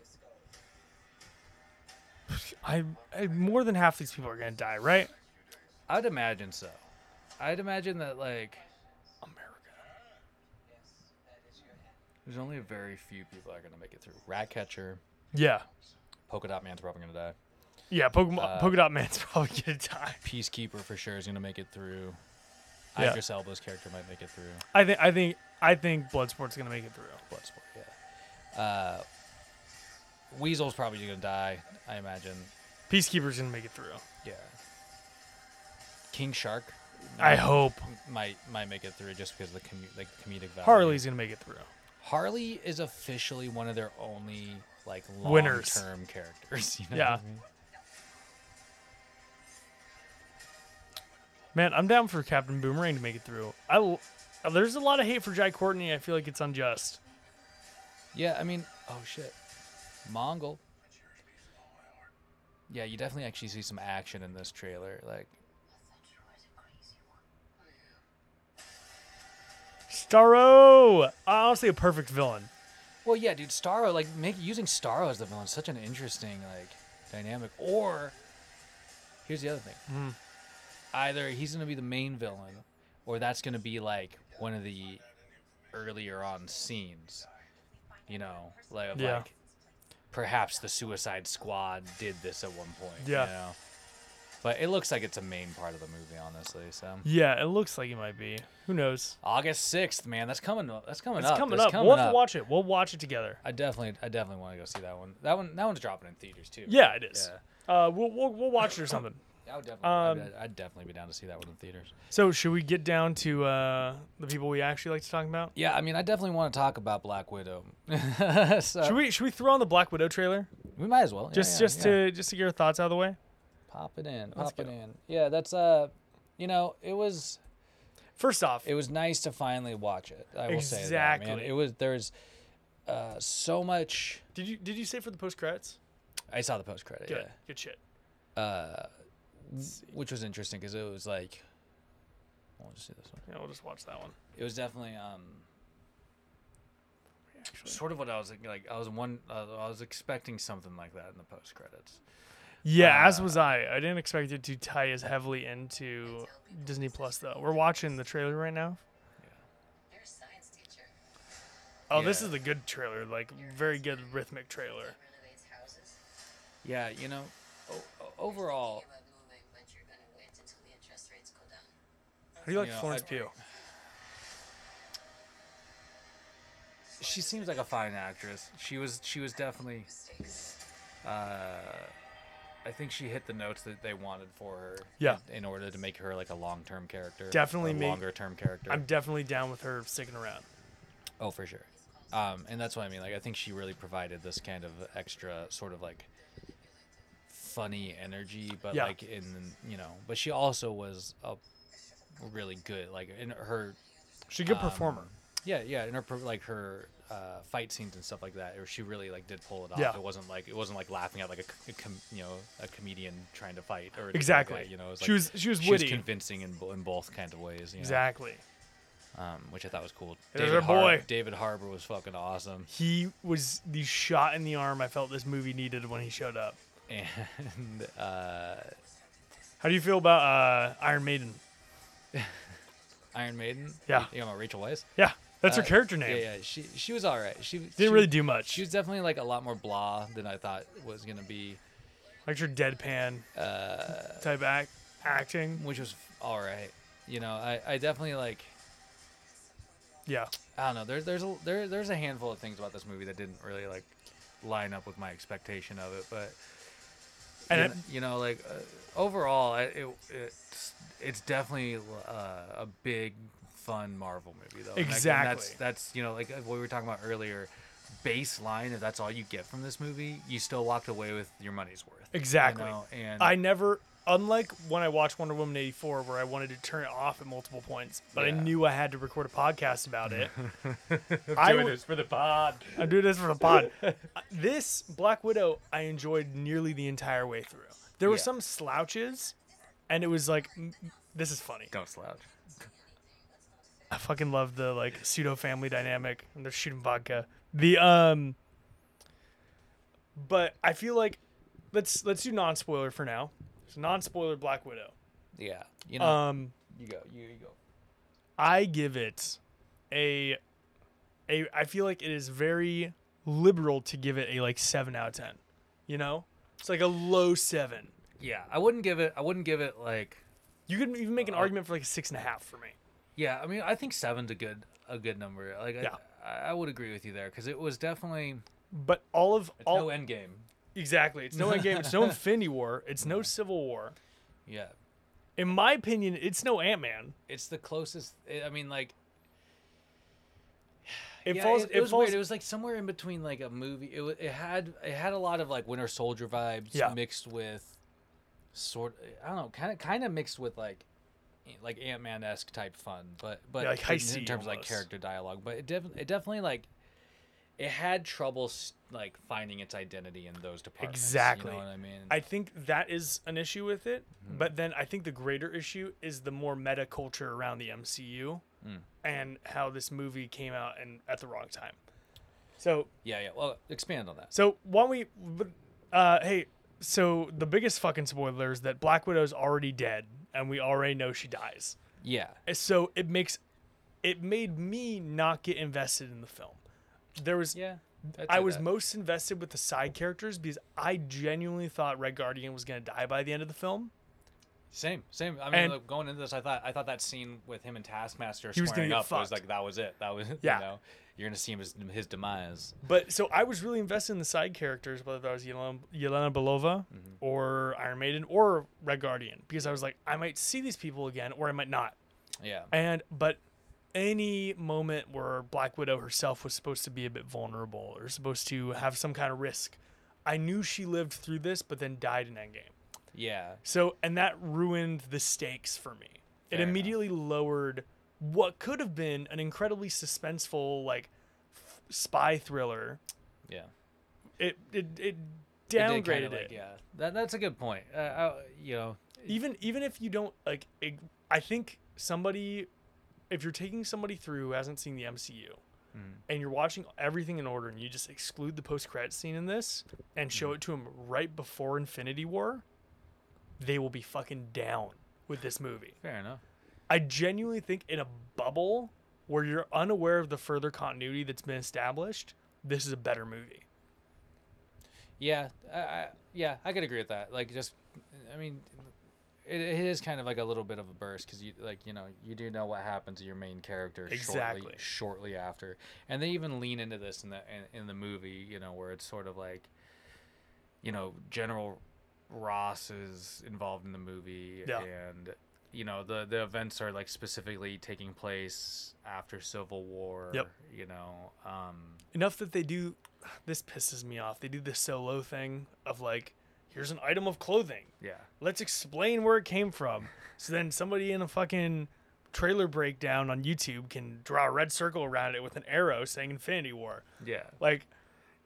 Speaker 4: your skull.
Speaker 2: I, I more than half these people are gonna die, right?
Speaker 3: I'd imagine so. I'd imagine that like
Speaker 2: America.
Speaker 4: Yes, that is your hand.
Speaker 3: there's only a very few people that are gonna make it through. Ratcatcher,
Speaker 2: Yeah.
Speaker 3: Polka Dot Man's probably gonna die.
Speaker 2: Yeah, Pokemon
Speaker 3: Uh,
Speaker 2: Polka Dot Man's probably gonna die.
Speaker 3: Peacekeeper for sure is gonna make it through.
Speaker 2: Yeah.
Speaker 3: Idris Elba's character might make it through.
Speaker 2: I think I think I think Bloodsport's gonna make it through.
Speaker 3: Bloodsport, yeah. Uh, Weasel's probably gonna die, I imagine.
Speaker 2: Peacekeeper's gonna make it through.
Speaker 3: Yeah. King Shark.
Speaker 2: I hope.
Speaker 3: might might make it through just because of the commu- like comedic value.
Speaker 2: Harley's gonna make it through.
Speaker 3: Harley is officially one of their only like long
Speaker 2: Winners.
Speaker 3: term characters. You know what
Speaker 2: Yeah.
Speaker 3: I mean?
Speaker 2: Man, I'm down for Captain Boomerang to make it through. I l- uh, there's a lot of hate for Jai Courtney. I feel like it's unjust.
Speaker 3: Yeah, I mean, oh shit, Mongol. Yeah, you definitely actually see some action in this trailer. Like,
Speaker 2: Starro, Uh, honestly, a perfect villain.
Speaker 3: well, yeah, dude, Starro, like, make, using Starro as the villain is such an interesting like dynamic. Or here's the other thing:
Speaker 2: Mm-hmm.
Speaker 3: either he's gonna be the main villain, or that's gonna be like one of the earlier on scenes. You know, like, of,
Speaker 2: Yeah.
Speaker 3: like perhaps the Suicide Squad did this at one point.
Speaker 2: Yeah.
Speaker 3: You know? But it looks like it's a main part of the movie, honestly. So
Speaker 2: Yeah, it looks like he might be. Who knows?
Speaker 3: August sixth, man, that's coming. up- That's coming
Speaker 2: It's
Speaker 3: up.
Speaker 2: coming
Speaker 3: that's
Speaker 2: up. we'll have to watch it. We'll watch it together.
Speaker 3: I definitely, I definitely want to go see that one. That one, that one's dropping in theaters too.
Speaker 2: Yeah, it is. Uh, we'll, we'll we'll watch it or something.
Speaker 3: Yeah, I would definitely, I'd
Speaker 2: Um,
Speaker 3: be- I'd, definitely be down to see that one in theaters.
Speaker 2: So should we get down to uh, the people we actually like to talk about?
Speaker 3: Yeah, I mean, I definitely want to talk about Black Widow. so
Speaker 2: Should we should we throw on the Black Widow trailer
Speaker 3: we might as well. Yeah,
Speaker 2: just
Speaker 3: yeah,
Speaker 2: just
Speaker 3: yeah.
Speaker 2: to just to get our thoughts out of the way?
Speaker 3: pop it in,
Speaker 2: Let's
Speaker 3: pop it
Speaker 2: go.
Speaker 3: in. Yeah, that's uh, you know, it was
Speaker 2: First off,
Speaker 3: it was nice to finally watch it. I will say that, man.
Speaker 2: Exactly.
Speaker 3: It was there's uh so much.
Speaker 2: did you did you say for the post credits?
Speaker 3: I saw the post credit.
Speaker 2: Good,
Speaker 3: Yeah.
Speaker 2: good shit.
Speaker 3: which was interesting because it was like I want to see this one.
Speaker 2: Yeah, we'll just watch that one.
Speaker 3: It was definitely um sort of what I was like, like I was one uh, I was expecting something like that in the post credits.
Speaker 2: Yeah, as was I. I didn't expect it to tie as heavily into Disney Plus though. We're watching the trailer right now.
Speaker 5: You're a science teacher.
Speaker 2: Oh, this
Speaker 3: Yeah.
Speaker 2: is a good trailer, like very good rhythmic trailer.
Speaker 5: Renovates houses.
Speaker 3: Yeah, you know, o- o- overall,
Speaker 5: Thinking about moving, but you're gonna wait until the interest rates go down.
Speaker 2: How do you like
Speaker 3: Yeah,
Speaker 2: Florence
Speaker 3: I-
Speaker 2: Pugh?
Speaker 3: she seems like a fine actress. She was she was definitely
Speaker 5: Mistakes.
Speaker 3: uh I think she hit the notes that they wanted for her.
Speaker 2: Yeah.
Speaker 3: In, in order to make her like a long term character.
Speaker 2: Definitely make-
Speaker 3: longer term character.
Speaker 2: I'm definitely down with her sticking around.
Speaker 3: Oh, for sure. Um, and that's what I mean. Like, I think she really provided this kind of extra sort of like funny energy, but
Speaker 2: Yeah.
Speaker 3: like in you know, but she also was a really good like in her
Speaker 2: She's a good performer.
Speaker 3: Um, yeah yeah in her per- like her uh, fight scenes and stuff like that. Or she really like did pull it off.
Speaker 2: Yeah.
Speaker 3: It wasn't like it wasn't like laughing at like a, c- a com- you know a comedian trying to fight or anything like that,
Speaker 2: Exactly.
Speaker 3: you know, it
Speaker 2: She
Speaker 3: like-
Speaker 2: was- she was
Speaker 3: she was
Speaker 2: witty.
Speaker 3: convincing in, bo- in both kinds of ways. You know?
Speaker 2: Exactly.
Speaker 3: Um, which I thought was cool.
Speaker 2: It was her boy.
Speaker 3: David Harbour was fucking awesome.
Speaker 2: He was the shot in the arm I felt this movie needed when he showed up.
Speaker 3: and uh,
Speaker 2: How do you feel about uh, Iron Maiden?
Speaker 3: Iron Maiden.
Speaker 2: Yeah.
Speaker 3: you know about Rachel Weisz.
Speaker 2: Yeah, that's
Speaker 3: Uh,
Speaker 2: her character name.
Speaker 3: Yeah, yeah. She she was all right. She
Speaker 2: Didn't really do much.
Speaker 3: She was definitely like a lot more blah than I thought was gonna be,
Speaker 2: Like your deadpan
Speaker 3: Uh,
Speaker 2: type act acting.
Speaker 3: which was all right. You know, I, I definitely like
Speaker 2: Yeah.
Speaker 3: I don't know. There's there's a there, there's a handful of things about this movie that didn't really like line up with my expectation of it, but
Speaker 2: And
Speaker 3: you,
Speaker 2: it-
Speaker 3: kn- you know, like uh, overall, I- it, it's it's definitely uh, a big fun Marvel movie though. And I- and that's
Speaker 2: Exactly.
Speaker 3: that's you know like uh, what we were talking about earlier. Baseline, if that's all you get from this movie, you still walked away with your money's worth. you
Speaker 2: Exactly.
Speaker 3: know, And
Speaker 2: I never, unlike when I watched Wonder Woman 84, where I wanted to turn it off at multiple points, but I
Speaker 3: Yeah.
Speaker 2: knew I had to record a podcast about it. I w-
Speaker 3: for the pod.
Speaker 2: I'm doing this for the pod. Uh, this Black Widow, I enjoyed nearly the entire way through. There were
Speaker 3: Yeah.
Speaker 2: some slouches, and it was like, mm, this is funny.
Speaker 3: Don't slouch.
Speaker 2: I fucking love the like pseudo family dynamic and they're shooting vodka. The um but I feel like let's let's do non spoiler for now. So non spoiler Black Widow.
Speaker 3: Yeah, you know,
Speaker 2: Um
Speaker 3: you go, you, you go.
Speaker 2: I give it a a I feel like it is very liberal to give it a like seven out of ten. You know? It's like a low seven.
Speaker 3: Yeah, I wouldn't give it. I wouldn't give it like
Speaker 2: You could even
Speaker 3: Uh,
Speaker 2: make an argument for like a six and a half for me.
Speaker 3: Yeah, I mean, I think seven's a good a good number. Like,
Speaker 2: Yeah.
Speaker 3: I, I would agree with you there because it was definitely
Speaker 2: But all of all
Speaker 3: no end game.
Speaker 2: exactly. It's no end game, it's no Infinity War, it's no Civil War.
Speaker 3: Yeah,
Speaker 2: in my opinion, it's no Ant Man.
Speaker 3: it's the closest. I- I mean, like,
Speaker 2: It
Speaker 3: yeah,
Speaker 2: falls.
Speaker 3: It,
Speaker 2: It,
Speaker 3: it was
Speaker 2: falls.
Speaker 3: weird. It was like somewhere in between like a movie. It wa- it had it had a lot of like Winter Soldier vibes
Speaker 2: Yeah.
Speaker 3: mixed with sort. I don't know, kind of kind of mixed with like eh, like Ant Man esque type fun, but but
Speaker 2: like
Speaker 3: in- in,
Speaker 2: heisty
Speaker 3: terms of like
Speaker 2: almost.
Speaker 3: character dialogue, but it, def- it definitely like it had trouble s- like finding its identity in those departments.
Speaker 2: Exactly.
Speaker 3: You know what I mean?
Speaker 2: I think that is an issue with it, but then I think the greater issue is the more meta culture around the MCU and how this movie came out and at the wrong time. So,
Speaker 3: yeah, yeah. Well, expand on that.
Speaker 2: so why don't we? but, Uh, hey, so the biggest fucking spoiler is that Black Widow's already dead, and we already know she dies.
Speaker 3: Yeah.
Speaker 2: So it makes, it made me not get invested in the film. There was
Speaker 3: Yeah. I'd
Speaker 2: I
Speaker 3: say
Speaker 2: was
Speaker 3: that.
Speaker 2: most invested with the side characters because I genuinely thought Red Guardian was gonna die by the end of the film.
Speaker 3: same, same. I mean,
Speaker 2: and-
Speaker 3: look, going into this, I thought I thought that scene with him and Taskmaster
Speaker 2: He was gonna
Speaker 3: squaring
Speaker 2: get
Speaker 3: up was
Speaker 2: fucked.
Speaker 3: like that was it. That was
Speaker 2: Yeah.
Speaker 3: You know, you're gonna see him his, his demise.
Speaker 2: But so I was really invested in the side characters, whether that was Yelena, Yelena Belova or Iron Maiden or Red Guardian, because I was like, I might see these people again or I might not.
Speaker 3: Yeah.
Speaker 2: And but any moment where Black Widow herself was supposed to be a bit vulnerable or supposed to have some kind of risk, I knew she lived through this, but then died in Endgame.
Speaker 3: Yeah.
Speaker 2: So, and that ruined the stakes for me.
Speaker 3: Fair
Speaker 2: it
Speaker 3: enough.
Speaker 2: immediately lowered what could have been an incredibly suspenseful like f- spy thriller.
Speaker 3: Yeah.
Speaker 2: It it it
Speaker 3: It
Speaker 2: downgraded
Speaker 3: did
Speaker 2: it.
Speaker 3: kinda, like, yeah. That, that's a good point. Uh, I, you know,
Speaker 2: Even even if you don't like ig- I think somebody if you're taking somebody through who hasn't seen the MCU
Speaker 3: Hmm.
Speaker 2: and you're watching everything in order and you just exclude the post-credit scene in this and show
Speaker 3: Hmm.
Speaker 2: it to them right before Infinity War, they will be fucking down with this movie.
Speaker 3: fair enough.
Speaker 2: I genuinely think in a bubble where you're unaware of the further continuity that's been established, this is a better movie.
Speaker 3: Yeah, I, I, yeah, I could agree with that. Like, just, I mean, it, it is kind of like a little bit of a burst because you, like, you know, you do know what happens to your main character
Speaker 2: Exactly.
Speaker 3: shortly, shortly after, and they even lean into this in the in, in the movie, you know, where it's sort of like, you know, General Ross is involved in the movie,
Speaker 2: Yeah.
Speaker 3: and you know the the events are like specifically taking place after Civil War.
Speaker 2: Yep.
Speaker 3: You know, um,
Speaker 2: Enough that they do this pisses me off. They do the solo thing of like, here's an item of clothing.
Speaker 3: yeah.
Speaker 2: Let's explain where it came from. So then somebody in a fucking trailer breakdown on YouTube can draw a red circle around it with an arrow saying Infinity War.
Speaker 3: Yeah.
Speaker 2: Like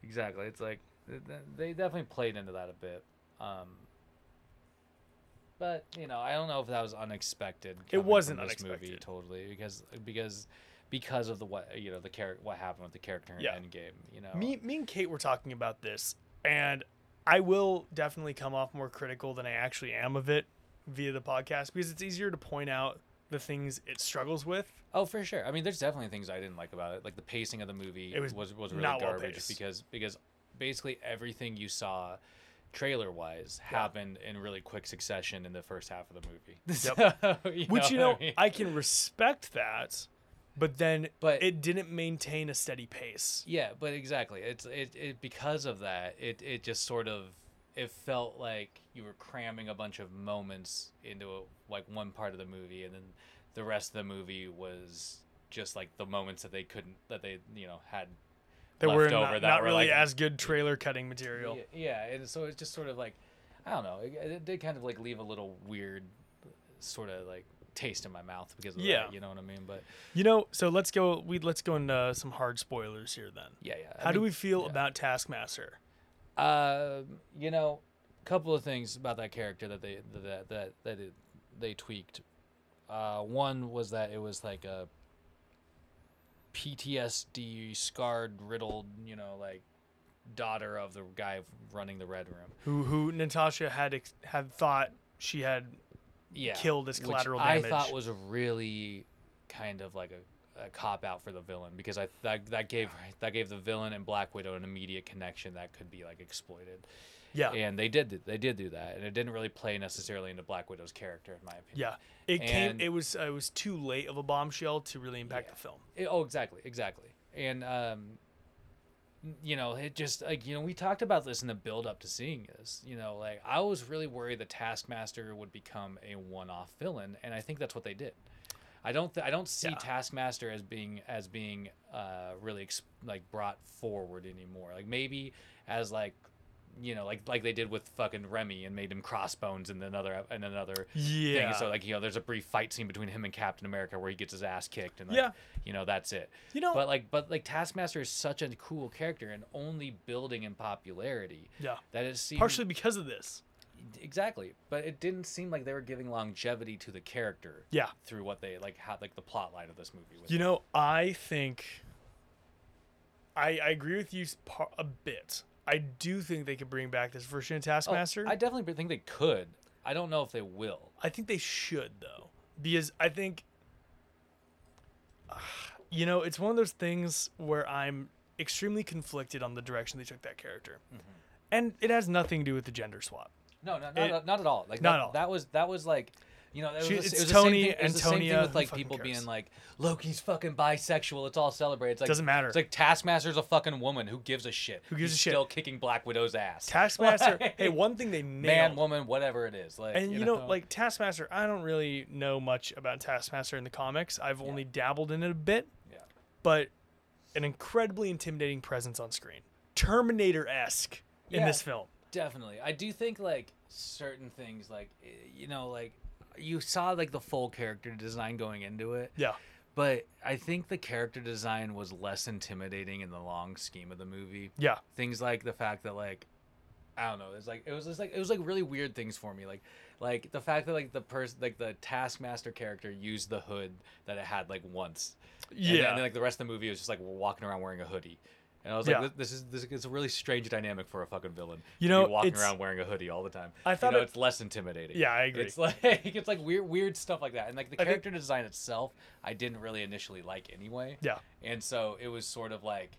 Speaker 3: Exactly. It's like th- th- they definitely played into that a bit. Um, but you know, I don't know if that was unexpected. coming
Speaker 2: wasn't
Speaker 3: from Movie,
Speaker 2: unexpected.
Speaker 3: totally, because because because of the what you know the character what happened with the character in
Speaker 2: Yeah.
Speaker 3: Endgame. You know.
Speaker 2: Me, me and Kate were talking about this, and I will definitely come off more critical than I actually am of it via the podcast because it's easier to point out the things it struggles with.
Speaker 3: Oh, for sure. I mean, there's definitely things I didn't like about it. Like the pacing of the movie
Speaker 2: It was
Speaker 3: was was, really
Speaker 2: not well
Speaker 3: garbage
Speaker 2: paced.
Speaker 3: because because basically everything you saw trailer wise happened in really quick succession in the first half of the movie. So, you
Speaker 2: Which, you know,
Speaker 3: what I mean?
Speaker 2: I can respect that, but then
Speaker 3: But-
Speaker 2: it didn't maintain a steady pace.
Speaker 3: Yeah, but exactly. It's it, it because of that. It it just sort of it felt like you were cramming a bunch of moments into a, like one part of the movie, and then the rest of the movie was just like the moments that they couldn't that they you know had
Speaker 2: That
Speaker 3: left
Speaker 2: were
Speaker 3: over
Speaker 2: not,
Speaker 3: that
Speaker 2: not
Speaker 3: were
Speaker 2: really
Speaker 3: like
Speaker 2: as good trailer cutting material.
Speaker 3: yeah, yeah, and so it's just sort of like I don't know. It, it did kind of like leave a little weird sort of like taste in my mouth because of
Speaker 2: Yeah.
Speaker 3: that. You know what I mean? But
Speaker 2: You know, so let's go. We let's go into some hard spoilers here then.
Speaker 3: yeah, yeah. I
Speaker 2: How do
Speaker 3: mean-
Speaker 2: we feel about Taskmaster?
Speaker 3: Uh, you know, a couple of things about that character that they that that that it, they tweaked. Uh, one was that it was like a PTSD scarred, riddled, you know, like daughter of the guy running the Red Room.
Speaker 2: Who who Natasha had ex- had thought she had
Speaker 3: yeah,
Speaker 2: killed as
Speaker 3: which
Speaker 2: collateral
Speaker 3: I
Speaker 2: damage.
Speaker 3: thought was a really kind of like a, a cop out for the villain because I that, that gave that gave the villain and Black Widow an immediate connection that could be like exploited,
Speaker 2: yeah
Speaker 3: and they did th- they did do that, and it didn't really play necessarily into Black Widow's character in my opinion.
Speaker 2: Yeah, it came.
Speaker 3: And-
Speaker 2: It was uh, it was too late of a bombshell to really impact the film.
Speaker 3: It- oh, exactly, exactly. And um, n- you know, it just like you know, we talked about this in the build up to seeing this. You know, like I was really worried the Taskmaster would become a one off villain, and I think that's what they did. I don't, th- I don't see
Speaker 2: Yeah.
Speaker 3: Taskmaster as being as being uh, really ex- like brought forward anymore. Like maybe as like you know, like like they did with fucking Remy and made him crossbones in another ep- in another thing.
Speaker 2: Yeah.
Speaker 3: And So like you know, there's a brief fight scene between him and Captain America where he gets his ass kicked, and like,
Speaker 2: Yeah.
Speaker 3: you know that's it.
Speaker 2: You know-
Speaker 3: but like but like Taskmaster is such a cool character and only building in popularity.
Speaker 2: Yeah.
Speaker 3: that it seems
Speaker 2: Partially because of this.
Speaker 3: exactly, but it didn't seem like they were giving longevity to the character.
Speaker 2: Yeah.
Speaker 3: through what they like had like the plot line of this movie. Was.
Speaker 2: You know, I think I I agree with you s- par- a bit. I do think they could bring back this version of
Speaker 3: Oh,
Speaker 2: Taskmaster.
Speaker 3: I definitely think they could. I don't know if they will.
Speaker 2: I think they should though, because I think, you know, it's one of those things where I'm extremely conflicted on the direction they took that character,
Speaker 3: Mm-hmm.
Speaker 2: and it has nothing to do with the gender swap.
Speaker 3: No, no, not,
Speaker 2: It-
Speaker 3: at- not at all. Like
Speaker 2: not
Speaker 3: that,
Speaker 2: at all.
Speaker 3: that was that was like, you know, that was,
Speaker 2: She-
Speaker 3: the s-
Speaker 2: it's
Speaker 3: it was
Speaker 2: Tony,
Speaker 3: the same thing, it was the same thing
Speaker 2: Antonia,
Speaker 3: with
Speaker 2: who
Speaker 3: like
Speaker 2: fucking
Speaker 3: people
Speaker 2: cares?
Speaker 3: being like, Loki's fucking bisexual. It's all celebrated. It's like
Speaker 2: Doesn't matter.
Speaker 3: It's like Taskmaster's a fucking woman. Who gives a shit?
Speaker 2: Who gives
Speaker 3: He's
Speaker 2: a shit?
Speaker 3: Still kicking Black Widow's ass.
Speaker 2: Taskmaster.
Speaker 3: Like,
Speaker 2: hey, one thing they nailed.
Speaker 3: man, woman, whatever it is. Like,
Speaker 2: and you know, like Taskmaster, I don't really know much about Taskmaster in the comics. I've only dabbled in it a bit,
Speaker 3: yeah.
Speaker 2: but an incredibly intimidating presence on screen, Terminator esque in
Speaker 3: Yeah.
Speaker 2: this film.
Speaker 3: Definitely. I do think like certain things like eh, you know like you saw like the full character design going into it.
Speaker 2: Yeah,
Speaker 3: But I think the character design was less intimidating in the long scheme of the movie.
Speaker 2: yeah,
Speaker 3: Things like the fact that like I don't know, it's like it was just like it was like really weird things for me. Like like the fact that like the person like the taskmaster character used the hood that it had like once. And then,
Speaker 2: yeah.
Speaker 3: and then, like the rest of the movie was just like walking around wearing a hoodie. And I was like,
Speaker 2: Yeah.
Speaker 3: "Th- this is this is a really strange dynamic for a fucking villain.
Speaker 2: You
Speaker 3: to be
Speaker 2: know,
Speaker 3: walking
Speaker 2: it's-
Speaker 3: around wearing a hoodie all the time.
Speaker 2: I
Speaker 3: You
Speaker 2: thought
Speaker 3: know,
Speaker 2: it-
Speaker 3: it's less intimidating.
Speaker 2: Yeah, I agree.
Speaker 3: It's like it's like weird weird stuff like that. And like the
Speaker 2: I think-
Speaker 3: character design itself, I didn't really initially like anyway.
Speaker 2: Yeah.
Speaker 3: And so it was sort of like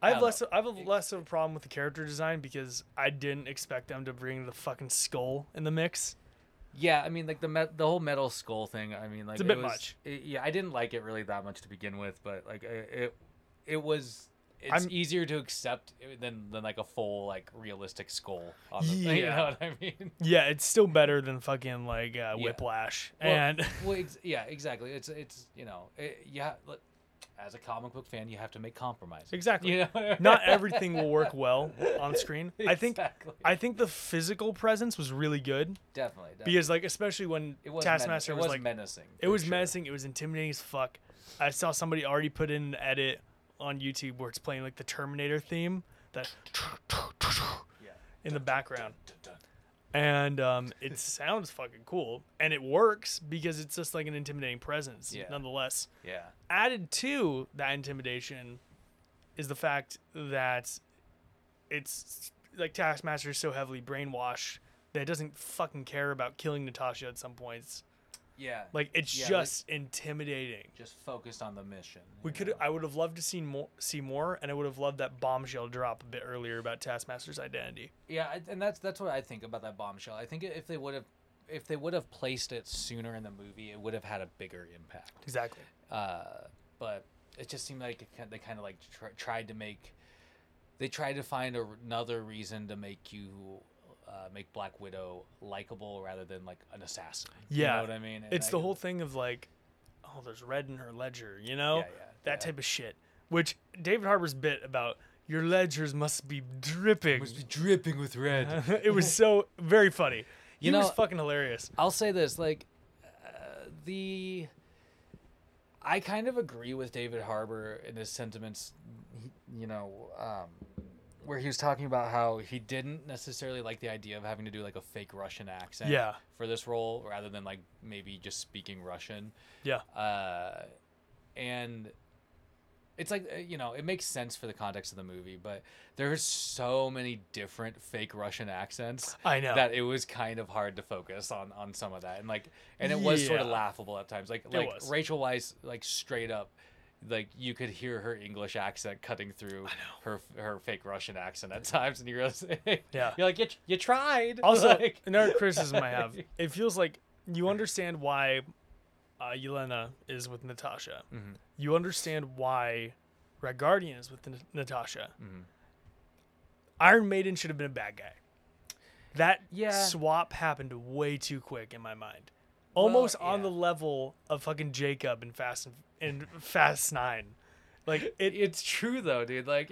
Speaker 2: I have
Speaker 3: don't
Speaker 2: less.
Speaker 3: know.
Speaker 2: I have a less of a problem with the character design because I didn't expect them to bring the fucking skull in the mix.
Speaker 3: yeah, I mean like the met, the whole metal skull thing. I mean like
Speaker 2: It's a
Speaker 3: it
Speaker 2: bit
Speaker 3: was-
Speaker 2: much.
Speaker 3: it- yeah, I didn't like it really that much to begin with, but like it it, it was. It's
Speaker 2: I'm-
Speaker 3: easier to accept than than like a full like realistic skull. On the, You
Speaker 2: Yeah.
Speaker 3: know what I mean?
Speaker 2: Yeah, it's still better than fucking like uh, Whiplash.
Speaker 3: Well,
Speaker 2: and
Speaker 3: well, ex- yeah, exactly. It's it's you know, it, you ha- look, as a comic book fan, you have to make compromises.
Speaker 2: exactly,
Speaker 3: You know?
Speaker 2: not everything will work well on screen. I think.
Speaker 3: Exactly.
Speaker 2: I think the physical presence was really good
Speaker 3: definitely, definitely.
Speaker 2: because, like, especially when
Speaker 3: it was
Speaker 2: Taskmaster
Speaker 3: menacing.
Speaker 2: was,
Speaker 3: it was
Speaker 2: like,
Speaker 3: menacing.
Speaker 2: it
Speaker 3: for
Speaker 2: was
Speaker 3: sure.
Speaker 2: menacing. It was intimidating as fuck. I saw somebody already put in an edit on YouTube where it's playing like the Terminator theme that in the background. and um, it sounds fucking cool, and it works because it's just like an intimidating presence,
Speaker 3: Yeah.
Speaker 2: nonetheless.
Speaker 3: Yeah.
Speaker 2: Added to that intimidation is the fact that it's like Taskmaster is so heavily brainwashed that it doesn't fucking care about killing Natasha at some points.
Speaker 3: Yeah.
Speaker 2: Like it's
Speaker 3: Yeah, like-
Speaker 2: just intimidating.
Speaker 3: just focused on the mission.
Speaker 2: We
Speaker 3: you
Speaker 2: could.
Speaker 3: know?
Speaker 2: I would have loved to see more. See more, and I would have loved that bombshell drop a bit earlier about Taskmaster's identity.
Speaker 3: Yeah, I- and that's that's what I think about that bombshell. I think if they would have if they would have placed it sooner in the movie, it would have had a bigger impact.
Speaker 2: Exactly.
Speaker 3: uh, but it just seemed like it, kin- they kind of like tr- tried to make they tried to find a, another reason to make you uh, make Black Widow likable rather than like an assassin.
Speaker 2: Yeah.
Speaker 3: you know what I mean. And
Speaker 2: it's
Speaker 3: I
Speaker 2: the
Speaker 3: can-
Speaker 2: whole thing of like, oh, there's red in her ledger. You know,
Speaker 3: Yeah, yeah,
Speaker 2: that
Speaker 3: yeah.
Speaker 2: type of shit. Which David Harbour's bit about your ledgers must be dripping.
Speaker 3: Must be dripping with red.
Speaker 2: it was so very funny.
Speaker 3: You
Speaker 2: he was
Speaker 3: know-
Speaker 2: fucking hilarious.
Speaker 3: I'll say this, like uh, the I kind of agree with David Harbour in his sentiments, you know, um, where he was talking about how he didn't necessarily like the idea of having to do like a fake Russian accent
Speaker 2: Yeah.
Speaker 3: for this role rather than like maybe just speaking Russian.
Speaker 2: Yeah.
Speaker 3: Uh, and it's like uh, you know it makes sense for the context of the movie but there's so many different fake russian accents
Speaker 2: I know.
Speaker 3: that it was kind of hard to focus on on some of that and like and it was sort of
Speaker 2: Yeah.
Speaker 3: laughable at times like like
Speaker 2: was.
Speaker 3: rachel weisz like straight up like you could hear her english accent cutting through her her fake russian accent at times and you realize
Speaker 2: Yeah.
Speaker 3: you're like you, you tried
Speaker 2: Also,
Speaker 3: Like-
Speaker 2: another criticism I have: it feels like you understand why uh, Yelena is with Natasha.
Speaker 3: Mm-hmm.
Speaker 2: You understand why Red Guardian is with N- Natasha.
Speaker 3: Mm-hmm.
Speaker 2: Iron Maiden should have been a bad guy. That
Speaker 3: Yeah.
Speaker 2: swap happened way too quick in my mind, almost on
Speaker 3: yeah.
Speaker 2: the level of fucking Jacob in Fast and in Fast Nine. Like it,
Speaker 3: it's true though dude like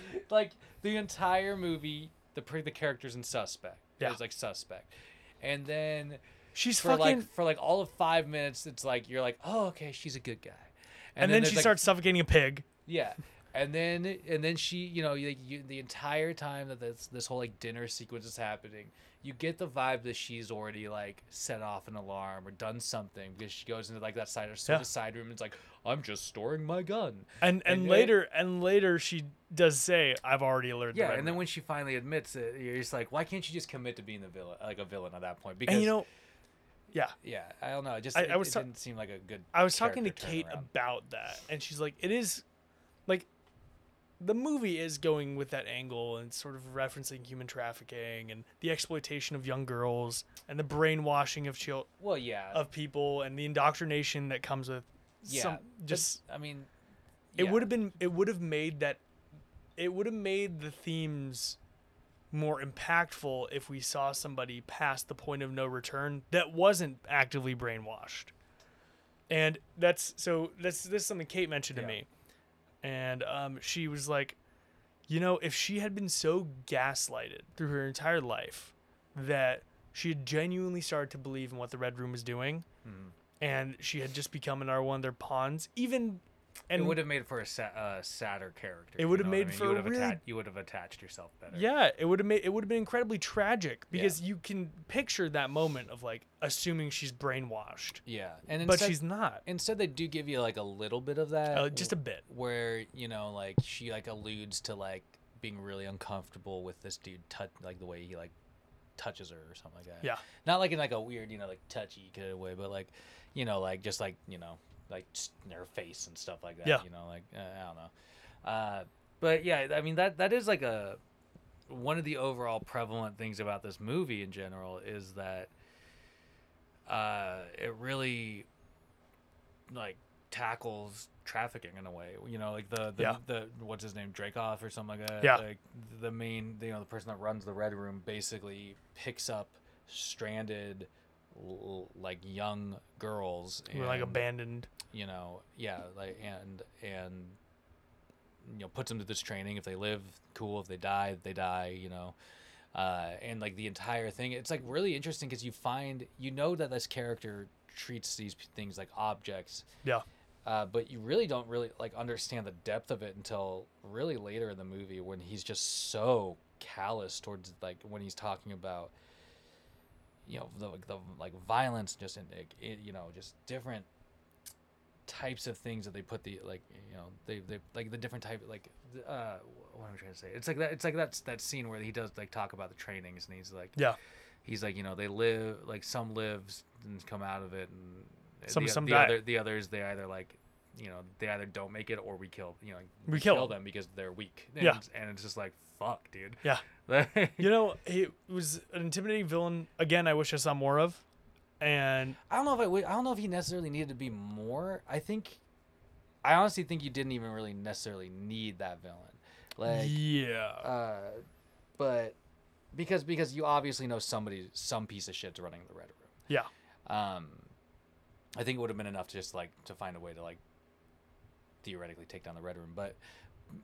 Speaker 3: like the entire movie, the pr- the characters in Suspect.
Speaker 2: Yeah.
Speaker 3: It was like Suspect, and then
Speaker 2: She's
Speaker 3: for
Speaker 2: fucking.
Speaker 3: like for like all of five minutes, it's like you're like, oh okay, she's a good guy,
Speaker 2: and, then,
Speaker 3: there's,
Speaker 2: she
Speaker 3: like-
Speaker 2: starts suffocating a pig.
Speaker 3: yeah. And then, and then she, you know, like you, the entire time that this this whole like dinner sequence is happening, you get the vibe that she's already like set off an alarm or done something because she goes into like that side or
Speaker 2: Yeah.
Speaker 3: side room and it's like, I'm just storing my gun.
Speaker 2: And and,
Speaker 3: And it-
Speaker 2: later and later she does say, "I've already alerted."
Speaker 3: Yeah,
Speaker 2: the Red
Speaker 3: and then
Speaker 2: Room."
Speaker 3: when she finally admits it, you're just like, why can't you just commit to being the villain, like a villain at that point? Because
Speaker 2: and you know, yeah,
Speaker 3: yeah, I don't know. It just
Speaker 2: I-
Speaker 3: it,
Speaker 2: I was
Speaker 3: it
Speaker 2: ta-
Speaker 3: didn't seem like a good.
Speaker 2: I was talking to
Speaker 3: character
Speaker 2: Kate
Speaker 3: turnaround.
Speaker 2: about that, and she's like, "It is, like, the movie is going with that angle and sort of referencing human trafficking and the exploitation of young girls and the brainwashing of chil-
Speaker 3: Well, yeah,
Speaker 2: of people and the indoctrination that comes with
Speaker 3: yeah.
Speaker 2: some
Speaker 3: but,
Speaker 2: just
Speaker 3: I mean,
Speaker 2: it would have been it would have made that it would have made the themes more impactful if we saw somebody past the point of no return that wasn't actively brainwashed and that's so that's this is something kate mentioned to
Speaker 3: Yeah.
Speaker 2: me and um, she was like you know if she had been so gaslighted through her entire life that she had genuinely started to believe in what the red room was doing
Speaker 3: Hmm.
Speaker 2: and she had just become another one of their pawns even and
Speaker 3: it would have made for a sa- uh, sadder character.
Speaker 2: It
Speaker 3: you
Speaker 2: would have
Speaker 3: know what I
Speaker 2: made
Speaker 3: mean?
Speaker 2: for
Speaker 3: you
Speaker 2: a
Speaker 3: would have
Speaker 2: really-
Speaker 3: atta- you would have attached yourself better.
Speaker 2: Yeah, it would have made it would have been incredibly tragic because
Speaker 3: Yeah.
Speaker 2: you can picture that moment of like assuming she's brainwashed,
Speaker 3: yeah, and
Speaker 2: but
Speaker 3: instead,
Speaker 2: she's not.
Speaker 3: instead they do give you like a little bit of that,
Speaker 2: Uh, just a bit.
Speaker 3: where you know like she like alludes to like being really uncomfortable with this dude touch like the way he like touches her or something like that.
Speaker 2: Yeah.
Speaker 3: not like in like a weird you know like touchy kind of way, but like you know like just like you know like just in her face and stuff like that.
Speaker 2: Yeah.
Speaker 3: you know like uh, I don't know, uh, but yeah, I mean that that is like a one of the overall prevalent things about this movie in general is that uh, it really like tackles trafficking in a way. You know, like the the,
Speaker 2: Yeah.
Speaker 3: the what's his name Dracoff or something like that.
Speaker 2: Yeah.
Speaker 3: Like the main, you know, the person that runs the Red Room basically picks up stranded l- like young girls
Speaker 2: We're like
Speaker 3: and,
Speaker 2: abandoned.
Speaker 3: you know yeah like and and you know puts them to this training if they live cool if they die they die you know uh, and like the entire thing it's like really interesting because you find you know that this character treats these p- things like objects
Speaker 2: Yeah,
Speaker 3: uh, but you really don't really like understand the depth of it until really later in the movie when he's just so callous towards like when he's talking about you know the, the like violence just in like, it, you know just different types of things that they put the like you know they they like the different type like the, uh what am I trying to say it's like that it's like that's that scene where he does like talk about the trainings and he's like
Speaker 2: yeah.
Speaker 3: he's like you know they live like some lives and come out of it and
Speaker 2: Some-
Speaker 3: the,
Speaker 2: some
Speaker 3: the
Speaker 2: die.
Speaker 3: other the others they either like you know they either don't make it or we kill you know like,
Speaker 2: We kill
Speaker 3: kill
Speaker 2: them.
Speaker 3: them because they're weak and,
Speaker 2: Yeah.
Speaker 3: it's- and it's just like fuck dude
Speaker 2: Yeah. You know, he was an intimidating villain. Again, I wish I saw more of. And
Speaker 3: I don't know if I would. I don't know if he necessarily needed to be more. I think, I honestly think you didn't even really necessarily need that villain. Like,
Speaker 2: yeah,
Speaker 3: uh, but because because you obviously know somebody, some piece of shit's running the red room.
Speaker 2: yeah,
Speaker 3: Um, I think it would have been enough to just like to find a way to like theoretically take down the red room, but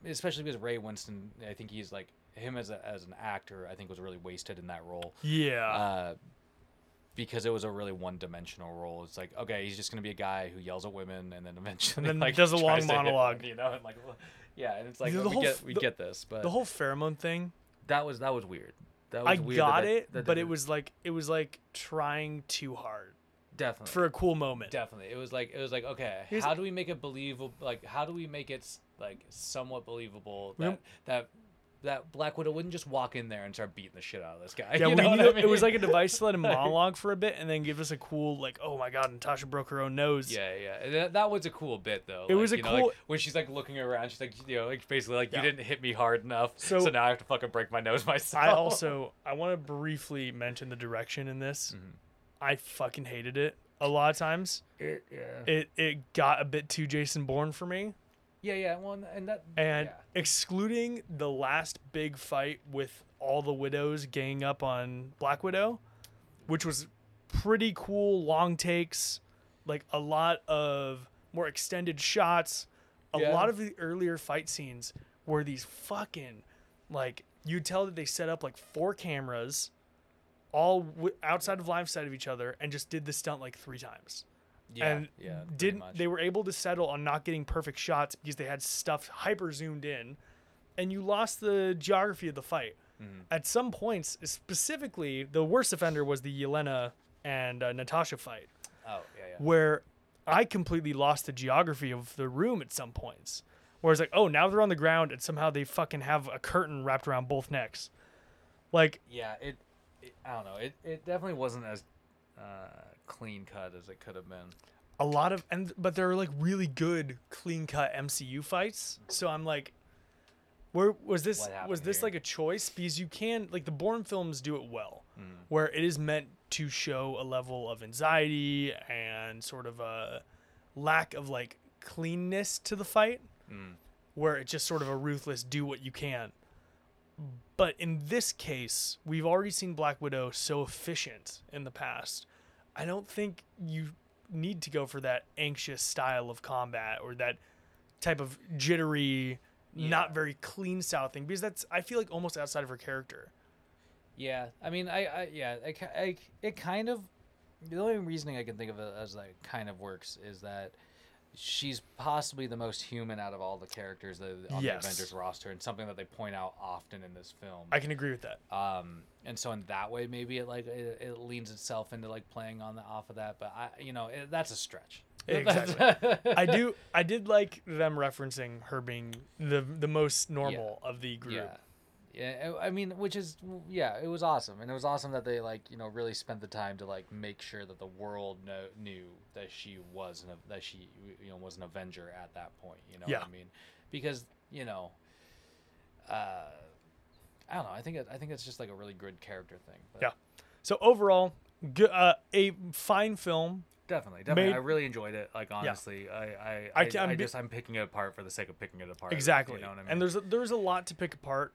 Speaker 3: especially because Ray Winston, I think he's like him as a, as an actor, I think was really wasted in that role
Speaker 2: yeah,
Speaker 3: uh, because it was a really one-dimensional role. It's like, okay, he's just gonna be a guy who yells at women, and then eventually
Speaker 2: then
Speaker 3: like
Speaker 2: does a long
Speaker 3: tries to hit
Speaker 2: monologue.
Speaker 3: one, you know, and like, well, yeah, and it's like
Speaker 2: The
Speaker 3: we
Speaker 2: whole
Speaker 3: get
Speaker 2: f-
Speaker 3: we
Speaker 2: the-
Speaker 3: get this, but
Speaker 2: the whole pheromone thing.
Speaker 3: that was that was weird. That
Speaker 2: I
Speaker 3: was weird that
Speaker 2: got
Speaker 3: that-
Speaker 2: it,
Speaker 3: that
Speaker 2: but
Speaker 3: they
Speaker 2: it
Speaker 3: did-
Speaker 2: was like it was like trying too hard
Speaker 3: definitely
Speaker 2: for a cool moment.
Speaker 3: definitely it was like it was like okay,
Speaker 2: Here's-
Speaker 3: how do we make it believable? Like how do we make it s- like somewhat believable that
Speaker 2: Yep.
Speaker 3: that that Black Widow wouldn't just walk in there and start beating the shit out of this guy?
Speaker 2: Yeah,
Speaker 3: you
Speaker 2: we
Speaker 3: know
Speaker 2: need
Speaker 3: what
Speaker 2: a-
Speaker 3: I
Speaker 2: it was
Speaker 3: mean?
Speaker 2: like a device to let him monologue for a bit and then give us a cool like, oh my god, Natasha broke her own nose.
Speaker 3: Yeah, yeah, And that, that was a cool bit though.
Speaker 2: It
Speaker 3: Like,
Speaker 2: was a
Speaker 3: you know, like,
Speaker 2: cool-
Speaker 3: when she's like looking around. She's like, you know, like basically like
Speaker 2: Yeah.
Speaker 3: you didn't hit me hard enough, so,
Speaker 2: So-
Speaker 3: now I have to fucking break my nose myself.
Speaker 2: I also I want to briefly mention the direction in this.
Speaker 3: Mm-hmm.
Speaker 2: I fucking hated it a lot of times.
Speaker 3: It- yeah,
Speaker 2: It it got a bit too Jason Bourne for me,
Speaker 3: yeah, yeah. Well, and- and that
Speaker 2: and
Speaker 3: yeah.
Speaker 2: excluding the last big fight with all the widows ganging up on Black Widow, which was pretty cool. Long takes, like a lot of more extended shots. A
Speaker 3: Yeah.
Speaker 2: lot of the earlier fight scenes were these fucking like you tell that they set up like four cameras, all w- outside of line of sight of each other, and just did the stunt like three times.
Speaker 3: Yeah,
Speaker 2: and
Speaker 3: yeah. pretty
Speaker 2: didn't
Speaker 3: much.
Speaker 2: they were able to settle on not getting perfect shots because they had stuff hyper zoomed in, and you lost the geography of the fight.
Speaker 3: Mm-hmm.
Speaker 2: At some points, specifically, the worst offender was the Yelena and uh, Natasha fight
Speaker 3: Oh yeah, yeah.
Speaker 2: where I completely lost the geography of the room at some points. Where it's like, oh, now they're on the ground and somehow they fucking have a curtain wrapped around both necks. Like,
Speaker 3: Yeah, it, it. I don't know. It it definitely wasn't as uh, clean cut as it could have been.
Speaker 2: a lot of and but they're like really good clean cut MCU fights. So I'm like where was this
Speaker 3: What happened
Speaker 2: was this
Speaker 3: here?
Speaker 2: like a choice because you can like the Bourne films do it well
Speaker 3: Mm.
Speaker 2: where it is meant to show a level of anxiety and sort of a lack of like cleanness to the fight
Speaker 3: Mm.
Speaker 2: where it's just sort of a ruthless do what you can. But in this case, we've already seen Black Widow so efficient in the past. I don't think you need to go for that anxious style of combat or that type of jittery, not very clean style thing because that's I feel like almost outside of her character.
Speaker 3: Yeah, I mean, I, I yeah, I, ki- I, it kind of. The only reasoning I can think of it as that kind of works is that she's possibly the most human out of all the characters that on
Speaker 2: Yes.
Speaker 3: the Avengers roster, and something that they point out often in this film.
Speaker 2: I can agree with that.
Speaker 3: um, and so in that way, maybe it like it, it leans itself into like playing on the off of that. But I, you know, it, that's a stretch.
Speaker 2: Exactly. I do I did like them referencing her being the the most normal of the group.
Speaker 3: Yeah. Yeah, I I mean, which is yeah, it was awesome, and it was awesome that they like you know really spent the time to like make sure that the world know, knew that she was an that she you know was an Avenger at that point. You know
Speaker 2: Yeah.
Speaker 3: what I mean? Because you know, uh, I don't know. I think it, I think it's just like a really good character thing. But
Speaker 2: Yeah. So overall, good, uh, a fine film.
Speaker 3: definitely,
Speaker 2: definitely. Made- I
Speaker 3: really enjoyed it. Like
Speaker 2: honestly,
Speaker 3: I I
Speaker 2: I- I'm I be- just-
Speaker 3: I'm picking it apart for the sake of picking it apart.
Speaker 2: Exactly. And there's a, there's a lot to pick apart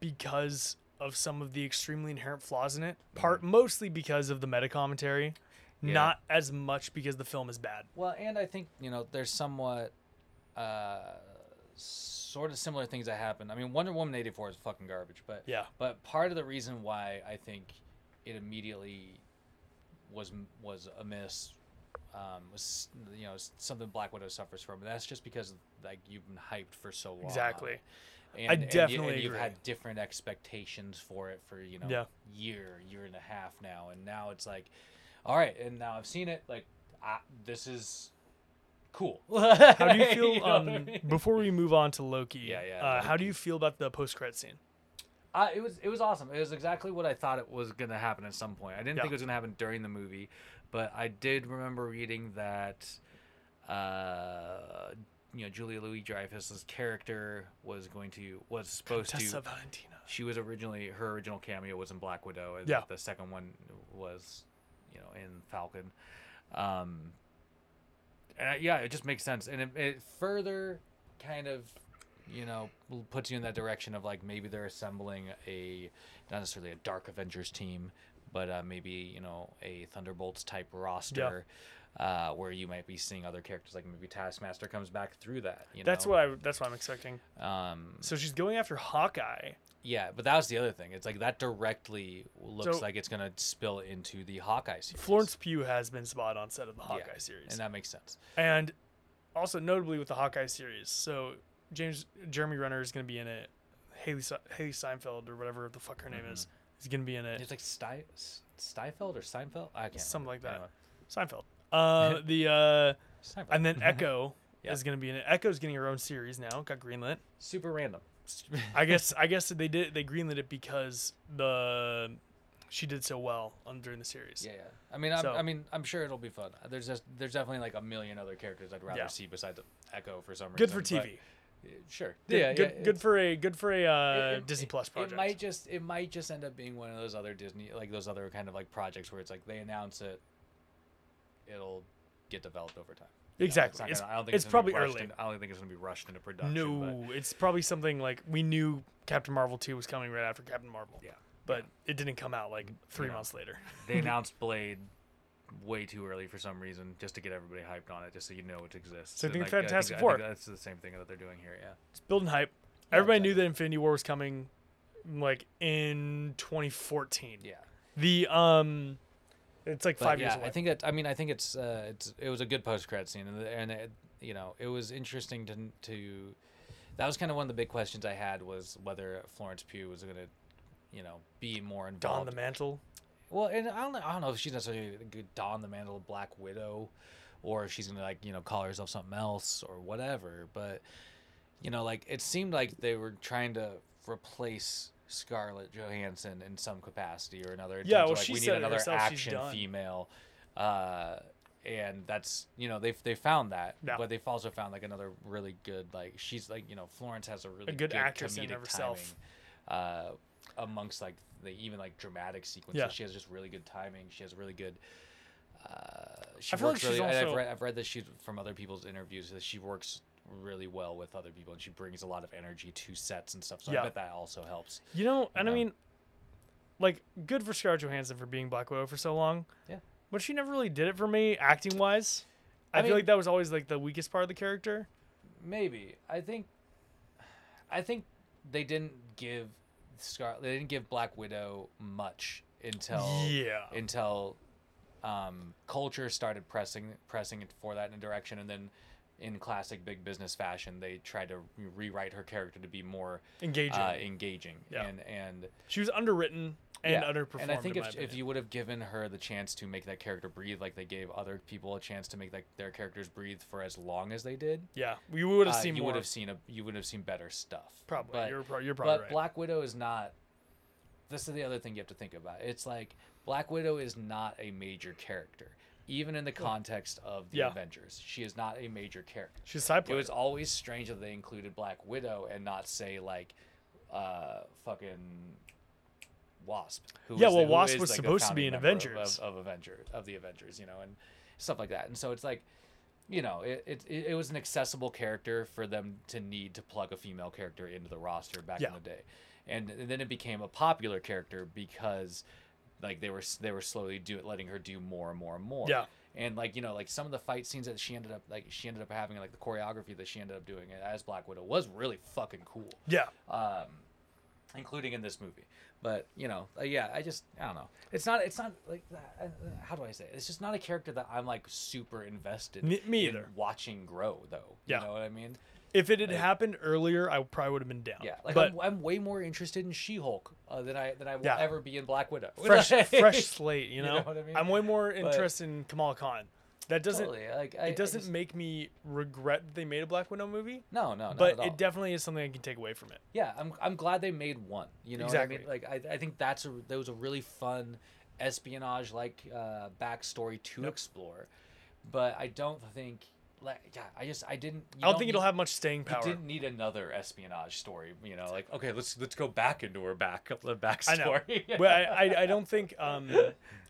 Speaker 2: because of some of the extremely inherent flaws in it. Part mostly because of the meta commentary,
Speaker 3: Mm-hmm. Yeah.
Speaker 2: not as much because the film is bad.
Speaker 3: Well, and I think you know there's somewhat uh, sort of similar things that happen. I mean, Wonder Woman '84 is fucking garbage, but
Speaker 2: Yeah.
Speaker 3: But part of the reason why I think it immediately was was amiss um, was you know something Black Widow suffers from. And that's just because like you've been hyped for so long.
Speaker 2: Exactly.
Speaker 3: And, and you-
Speaker 2: definitely
Speaker 3: and you've
Speaker 2: agree.
Speaker 3: had different expectations for it for you know
Speaker 2: Yeah.
Speaker 3: year year and a half now, and now it's like, all right, and now I've seen it. Like I, this is cool.
Speaker 2: How do you feel?
Speaker 3: know
Speaker 2: um,
Speaker 3: what I mean?
Speaker 2: Before we move on to Loki,
Speaker 3: Yeah, yeah,
Speaker 2: Uh, How do
Speaker 3: Loki.
Speaker 2: you feel about the post credit scene?
Speaker 3: Uh, it was it was awesome. It was exactly what I thought it was gonna happen at some point. I didn't
Speaker 2: Yeah.
Speaker 3: think it was gonna happen during the movie, but I did remember reading that, uh, you know, Julia Louis Dreyfus's character was going to was supposed
Speaker 2: Tessa
Speaker 3: to.
Speaker 2: Valentina.
Speaker 3: She was originally her original cameo was in Black Widow, and
Speaker 2: Yeah.
Speaker 3: the second one was, you know, in Falcon. Um, and I- yeah, it just makes sense, and it, it further kind of, you know, l- puts you in that direction of like maybe they're assembling a not necessarily a Dark Avengers team, but uh, maybe you know a Thunderbolts type roster. Uh, where you might be seeing other characters, like maybe Taskmaster comes back through that. You
Speaker 2: That's
Speaker 3: know?
Speaker 2: what I. That's what I'm expecting.
Speaker 3: Um,
Speaker 2: So she's going after Hawkeye.
Speaker 3: yeah, but that was the other thing. It's like that directly looks
Speaker 2: So-
Speaker 3: like it's gonna spill into the Hawkeye series.
Speaker 2: Florence Pugh has been spotted on set of the
Speaker 3: Yeah,
Speaker 2: Hawkeye series.
Speaker 3: and that makes sense.
Speaker 2: and also notably with the Hawkeye series. So James Jeremy Renner is going to be in it. Haley Haley Seinfeld or whatever the fuck her name is is going to be in it.
Speaker 3: Mm-hmm. It's like Sty- Steinfeld or Seinfeld. I can't.
Speaker 2: Something like that.
Speaker 3: remember.
Speaker 2: Seinfeld. Uh, the uh,
Speaker 3: Anyway, Seinfeld.
Speaker 2: and then Echo
Speaker 3: Yeah.
Speaker 2: is going to be in it. Echo's getting her own series now. Got greenlit.
Speaker 3: super random.
Speaker 2: I guess I guess they did they greenlit it because the she did so well on during the series.
Speaker 3: yeah, yeah. I mean, I'm,
Speaker 2: So-
Speaker 3: I mean, I'm sure it'll be fun. There's just there's definitely like a million other characters I'd rather
Speaker 2: Yeah.
Speaker 3: see besides Echo for some
Speaker 2: Good
Speaker 3: reason.
Speaker 2: for
Speaker 3: but-
Speaker 2: TV.
Speaker 3: Yeah, sure.
Speaker 2: Good,
Speaker 3: yeah,
Speaker 2: good,
Speaker 3: yeah,
Speaker 2: good
Speaker 3: it's-
Speaker 2: for a good for a uh,
Speaker 3: it- it-
Speaker 2: Disney Plus project.
Speaker 3: It might just it might just end up being one of those other Disney like those other kind of like projects where it's like they announce it, it'll get developed over time. You know, it's
Speaker 2: Exactly.
Speaker 3: not
Speaker 2: It's-
Speaker 3: gonna- I don't think it's,
Speaker 2: it's
Speaker 3: gonna be
Speaker 2: probably
Speaker 3: rushed
Speaker 2: early.
Speaker 3: in- I don't think it's gonna be rushed into production.
Speaker 2: No, it's probably something like we knew Captain Marvel 2 was coming right after Captain Marvel.
Speaker 3: but yeah,
Speaker 2: But it didn't come out like three
Speaker 3: No.
Speaker 2: months later.
Speaker 3: they announced Blade way too early for some reason just to get everybody hyped on it, just so you know it exists.
Speaker 2: Same
Speaker 3: And,
Speaker 2: thing with
Speaker 3: like, I think-
Speaker 2: Fantastic
Speaker 3: I think
Speaker 2: Four.
Speaker 3: that's the same thing that they're doing here. Yeah.
Speaker 2: It's building hype. Everybody knew
Speaker 3: exactly.
Speaker 2: that Infinity War was coming. like in 2014.
Speaker 3: Yeah.
Speaker 2: The um, it's like
Speaker 3: But
Speaker 2: five
Speaker 3: yeah,
Speaker 2: years away.
Speaker 3: I think that I mean I think it's uh, it's it was a good post credit scene, and, the- and it, you know it was interesting to to that was kind of one of the big questions I had was whether Florence Pugh was going to you know be more
Speaker 2: Don
Speaker 3: involved.
Speaker 2: the mantle.
Speaker 3: well, and I don't know, I don't know if she's necessarily gonna go don the mantle of Black Widow, or if she's going to like you know call herself something else or whatever. But you know like it seemed like they were trying to replace. Scarlett Johansson in some capacity or another. in
Speaker 2: Yeah,
Speaker 3: terms of,
Speaker 2: well,
Speaker 3: like,
Speaker 2: she
Speaker 3: we need
Speaker 2: said it
Speaker 3: another
Speaker 2: herself, she's
Speaker 3: action
Speaker 2: done.
Speaker 3: female female, uh, and that's you know they they found that,
Speaker 2: Yeah.
Speaker 3: but they've also found like another really good like she's like you know Florence has a really
Speaker 2: good actress in
Speaker 3: comedic
Speaker 2: of herself.
Speaker 3: timing, uh, amongst like the even like dramatic sequences.
Speaker 2: Yeah.
Speaker 3: She has just really good timing. She has really good. Uh, she
Speaker 2: I feel like
Speaker 3: works
Speaker 2: she's
Speaker 3: really. and I've
Speaker 2: also-
Speaker 3: read I've read that she from other people's interviews that she works really well with other people and she brings a lot of energy to sets and stuff. So
Speaker 2: Yeah.
Speaker 3: I bet that also helps.
Speaker 2: You know, and I
Speaker 3: Yeah.
Speaker 2: mean, like, good for Scarlett Johansson for being Black Widow for so long.
Speaker 3: Yeah.
Speaker 2: But she never really did it for me, acting wise. I,
Speaker 3: I
Speaker 2: feel
Speaker 3: mean-
Speaker 2: like that was always like the weakest part of the character.
Speaker 3: Maybe I think, I think they didn't give Scar. They didn't give Black Widow much until
Speaker 2: Yeah.
Speaker 3: until um, culture started pressing pressing it for that in a direction, and then in classic big business fashion, they tried to re- rewrite her character to be more
Speaker 2: Engaging.
Speaker 3: uh, engaging
Speaker 2: Yeah.
Speaker 3: and and
Speaker 2: she was underwritten and
Speaker 3: yeah.
Speaker 2: underperformed.
Speaker 3: And I think
Speaker 2: in my
Speaker 3: if, if
Speaker 2: opinion.
Speaker 3: you would have given her the chance to make that character breathe, like they gave other people a chance to make that, their characters breathe for as long as they did,
Speaker 2: yeah, we would have
Speaker 3: uh,
Speaker 2: seen
Speaker 3: you
Speaker 2: more.
Speaker 3: would have seen a you would have seen better stuff.
Speaker 2: Probably.
Speaker 3: But,
Speaker 2: You're pro- you're
Speaker 3: but
Speaker 2: probably right.
Speaker 3: Black Widow is not. This is the other thing you have to think about. It's like Black Widow is not a major character, even in the context of the
Speaker 2: Yeah.
Speaker 3: Avengers. She is not a major character.
Speaker 2: She's a side
Speaker 3: It
Speaker 2: player.
Speaker 3: was always strange that they included Black Widow and not say like, uh, fucking. Wasp. Who
Speaker 2: Yeah,
Speaker 3: is
Speaker 2: well,
Speaker 3: who
Speaker 2: Wasp
Speaker 3: is,
Speaker 2: was
Speaker 3: like, the
Speaker 2: supposed to be
Speaker 3: founding
Speaker 2: in
Speaker 3: member of-
Speaker 2: Avengers.
Speaker 3: of, of Avengers of the Avengers, you know, and stuff like that. And so it's like, you know, it, it it it was an accessible character for them to need to plug a female character into the roster back
Speaker 2: Yeah.
Speaker 3: in the day, and, and then it became a popular character because, like, they were s- they were slowly do letting her do more and more and more.
Speaker 2: Yeah.
Speaker 3: And like you know, like some of the fight scenes that she ended up like she ended up having like the choreography that she ended up doing as Black Widow was really fucking cool
Speaker 2: yeah.
Speaker 3: um, including in this movie. But you know, uh, yeah, I just I don't know. It's not it's not like uh, uh, how do I say? It? It's just not a character that I'm like super invested.
Speaker 2: Me- me
Speaker 3: in
Speaker 2: either.
Speaker 3: Watching grow though.
Speaker 2: Yeah.
Speaker 3: You know what I mean?
Speaker 2: If it had happened earlier, I probably would have been down.
Speaker 3: Yeah. Like
Speaker 2: but
Speaker 3: I'm, I'm way more interested in She-Hulk uh, than I than I will
Speaker 2: Yeah.
Speaker 3: ever be in Black Widow.
Speaker 2: fresh,
Speaker 3: Like-
Speaker 2: fresh slate. You know,
Speaker 3: know what I mean?
Speaker 2: am way more
Speaker 3: But-
Speaker 2: interested in Kamala Khan. That doesn't
Speaker 3: Totally, Like I, I
Speaker 2: it doesn't
Speaker 3: just-
Speaker 2: make me regret that they made a Black Widow movie.
Speaker 3: no, no, not
Speaker 2: but
Speaker 3: at all.
Speaker 2: it definitely is something I can take away from it.
Speaker 3: yeah, I'm I'm glad they made one. You know,
Speaker 2: Exactly.
Speaker 3: what I mean? Like I, I think that's a that was a really fun espionage like uh, backstory to explore, but I don't think like yeah, I just I didn't. you
Speaker 2: I don't think it'll
Speaker 3: need-
Speaker 2: have much staying power.
Speaker 3: You didn't need another espionage story. You know, like okay, let's let's go back into her back the
Speaker 2: I know.
Speaker 3: backstory.
Speaker 2: but I, I, I don't think um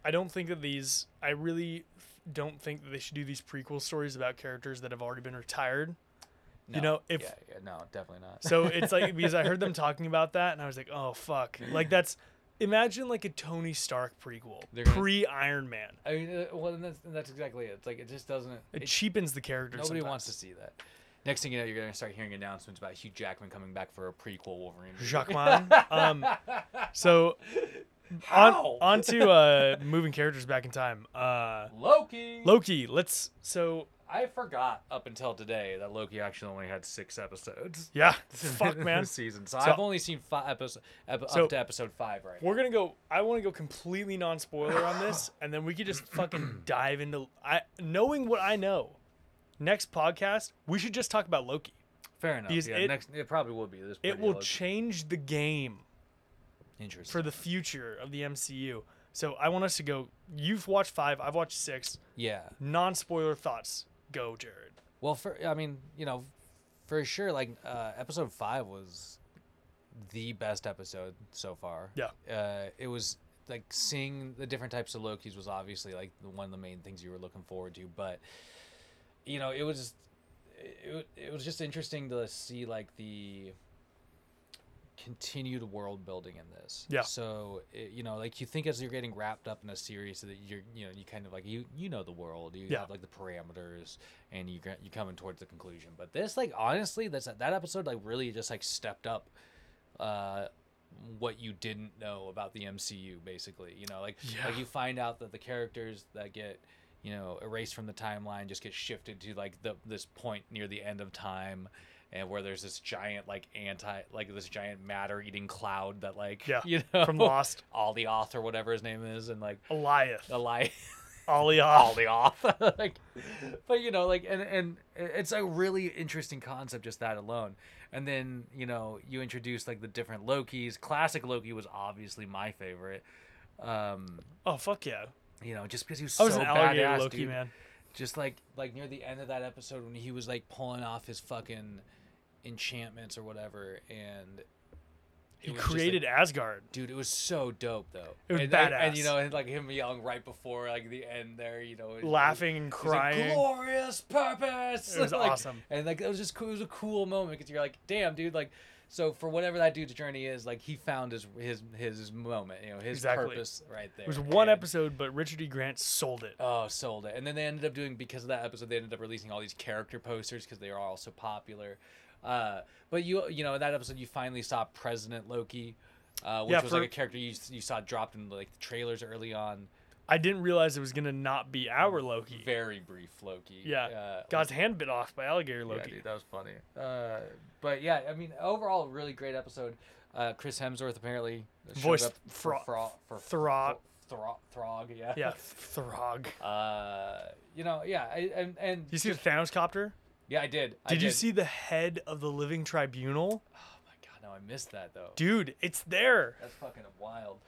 Speaker 2: I don't think that these I really don't think that they should do these prequel stories about characters that have already been retired.
Speaker 3: no,
Speaker 2: you know, if-
Speaker 3: yeah, yeah, no, definitely not.
Speaker 2: So it's like because I heard them talking about that and I was like, "Oh fuck." Like that's imagine like a Tony Stark prequel
Speaker 3: They're gonna-
Speaker 2: pre Iron Man.
Speaker 3: I mean, uh, well, and that's, and that's exactly it. It's like it just doesn't.
Speaker 2: It
Speaker 3: it-
Speaker 2: cheapens the character.
Speaker 3: Nobody wants to
Speaker 2: sometimes.
Speaker 3: see that. Next thing you know, you're gonna start hearing announcements about Hugh Jackman coming back for a prequel Wolverine. movie.
Speaker 2: Jacquemin. Um so on
Speaker 3: How?
Speaker 2: onto uh moving characters back in time. Uh
Speaker 3: Loki.
Speaker 2: Loki, let's so
Speaker 3: I forgot up until today that Loki actually only had six episodes.
Speaker 2: yeah, fuck man.
Speaker 3: this season. So,
Speaker 2: So-
Speaker 3: I've only seen five episodes ep-
Speaker 2: So-
Speaker 3: up to episode five right.
Speaker 2: We're gonna go. I want to go completely non-spoiler on this, and then we could just fucking dive into. I knowing what I know. Next podcast, we should just talk about Loki.
Speaker 3: Fair enough.
Speaker 2: because
Speaker 3: Yeah,
Speaker 2: it-
Speaker 3: next it probably will be this.
Speaker 2: It
Speaker 3: pretty
Speaker 2: will
Speaker 3: Oh, Loki.
Speaker 2: change the game
Speaker 3: Interesting.
Speaker 2: for the future of the MCU. So I want us to go. You've watched five. I've watched six.
Speaker 3: yeah.
Speaker 2: Non-spoiler thoughts. Go, Jared.
Speaker 3: Well, for I mean, you know, for sure, like uh, episode five was the best episode so far.
Speaker 2: Yeah.
Speaker 3: Uh, it was like seeing the different types of Loki's was obviously like the- one of the main things you were looking forward to, but you know, it was it, wa- it was just interesting to see like the continued world building in this.
Speaker 2: Yeah.
Speaker 3: So it, you know, like you think as you're getting wrapped up in a series that you're you know you kind of like you you know the world you
Speaker 2: Yeah.
Speaker 3: have like the parameters and you gra- you coming towards the conclusion. But this like honestly that's that episode like really just like stepped up uh what you didn't know about the MCU, basically. You know, like
Speaker 2: Yeah.
Speaker 3: like you find out that the characters that get you know erased from the timeline just get shifted to like the this point near the end of time. And where there's this giant like anti like this giant matter eating cloud that like
Speaker 2: Yeah,
Speaker 3: you know
Speaker 2: from Lost.
Speaker 3: Alioth or whatever his name is and like
Speaker 2: Eliath.
Speaker 3: Eli
Speaker 2: Alioth.
Speaker 3: Alioth like but you know like and and it's a really interesting concept just that alone and then you know you introduce like the different Lokis classic Loki was obviously my favorite um
Speaker 2: Oh fuck yeah!
Speaker 3: you know just because he was
Speaker 2: I was
Speaker 3: so
Speaker 2: an alligator
Speaker 3: badass
Speaker 2: Loki
Speaker 3: dude.
Speaker 2: man.
Speaker 3: just like like near the end of that episode when he was like pulling off his fucking enchantments or whatever and it
Speaker 2: He
Speaker 3: was just, like,
Speaker 2: created Asgard.
Speaker 3: Dude, it was so dope though.
Speaker 2: It was
Speaker 3: and, and- And,
Speaker 2: badass.
Speaker 3: you know, and like him yelling right before like the end there, you know, it-
Speaker 2: Laughing and
Speaker 3: it was
Speaker 2: crying.
Speaker 3: Like, Glorious purpose.
Speaker 2: It was
Speaker 3: Like,
Speaker 2: awesome.
Speaker 3: And like it was just cool. It was a cool moment because you're like, damn, dude, like. So for whatever that dude's journey is, like he found his his his moment, you know, his
Speaker 2: Exactly.
Speaker 3: purpose right there.
Speaker 2: It was one
Speaker 3: and-
Speaker 2: episode, but Richard E. Grant sold it.
Speaker 3: Oh, sold it. And then they ended up doing because of that episode, they ended up releasing all these character posters because they are all so popular. Uh, but you you know in that episode you finally saw President Loki, uh, which
Speaker 2: Yeah,
Speaker 3: was
Speaker 2: for-
Speaker 3: like a character you you saw dropped in like the trailers early on.
Speaker 2: I didn't realize it was gonna not be our Loki.
Speaker 3: Very brief Loki.
Speaker 2: Yeah,
Speaker 3: Uh,
Speaker 2: got his hand bit off by alligator
Speaker 3: yeah,
Speaker 2: Loki.
Speaker 3: dude, that was funny. Uh, but yeah, I mean overall really great episode. Uh, Chris Hemsworth apparently showed
Speaker 2: Voiced
Speaker 3: up for,
Speaker 2: Thro-
Speaker 3: Thro- for
Speaker 2: Thro-
Speaker 3: Thro- Throg. Yeah.
Speaker 2: yeah, Throg.
Speaker 3: Uh, you know, yeah, I, and and
Speaker 2: You see the Thanos copter?
Speaker 3: yeah, I did. I
Speaker 2: Did you
Speaker 3: did.
Speaker 2: see the head of the Living Tribunal?
Speaker 3: Oh my god, no, I missed that though.
Speaker 2: Dude, it's there.
Speaker 3: That's fucking wild.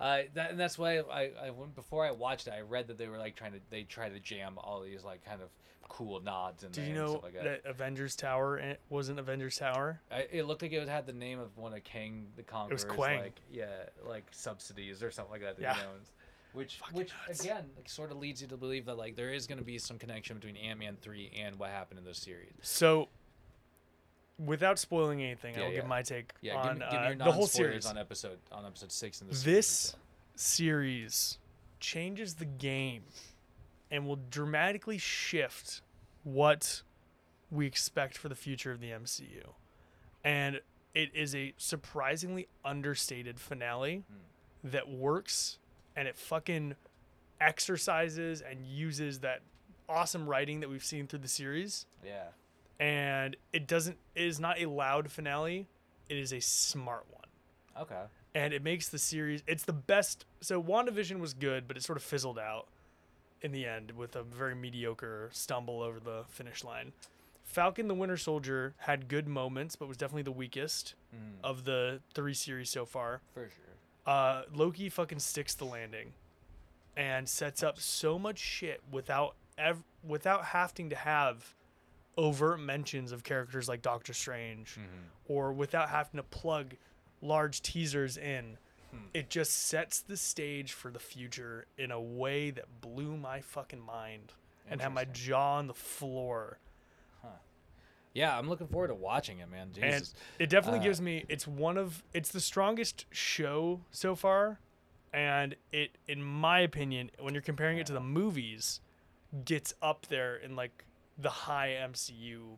Speaker 3: Uh, that, and that's why I, I went before I watched it. I read that they were like trying to they try to jam all these like kind of cool nods in
Speaker 2: Do
Speaker 3: there
Speaker 2: you
Speaker 3: and
Speaker 2: know
Speaker 3: stuff like that.
Speaker 2: that Avengers Tower eh, wasn't Avengers Tower?
Speaker 3: I, it looked like it had the name of one of King the Conqueror's
Speaker 2: Quang.
Speaker 3: like yeah like subsidies or something like that. that
Speaker 2: Yeah.
Speaker 3: he owns. Which
Speaker 2: Fucking
Speaker 3: which
Speaker 2: nuts.
Speaker 3: again like, sort of leads you to believe that like there is going to be some connection between Ant Man three and what happened in this series.
Speaker 2: So, without spoiling anything,
Speaker 3: Yeah,
Speaker 2: I'll give
Speaker 3: yeah.
Speaker 2: my take
Speaker 3: Yeah,
Speaker 2: on
Speaker 3: give me, give me
Speaker 2: uh,
Speaker 3: your
Speaker 2: the whole
Speaker 3: non-spoilers
Speaker 2: series.
Speaker 3: on episode on episode six in the series
Speaker 2: this
Speaker 3: itself.
Speaker 2: series changes the game and will dramatically shift what we expect for the future of the MCU. And it is a surprisingly understated finale that works and it fucking exercises and uses that awesome writing that we've seen through the series
Speaker 3: yeah.
Speaker 2: and it doesn't it is not a loud finale it is a smart one
Speaker 3: Okay.
Speaker 2: and it makes the series it's the best so wandavision was good but it sort of fizzled out in the end with a very mediocre stumble over the finish line falcon the winter soldier had good moments but was definitely the weakest of the three series so far
Speaker 3: For sure.
Speaker 2: uh, Loki fucking sticks the landing and sets up so much shit without ev- without having to have overt mentions of characters like Doctor Strange or without having to plug large teasers in. It just sets the stage for the future in a way that blew my fucking mind and had my jaw on the floor.
Speaker 3: Yeah, I'm looking forward to watching it, man. Jesus.
Speaker 2: And it definitely
Speaker 3: Uh,
Speaker 2: gives me it's one of it's the strongest show so far and it in my opinion when you're comparing it to the movies gets up there in like the high MCU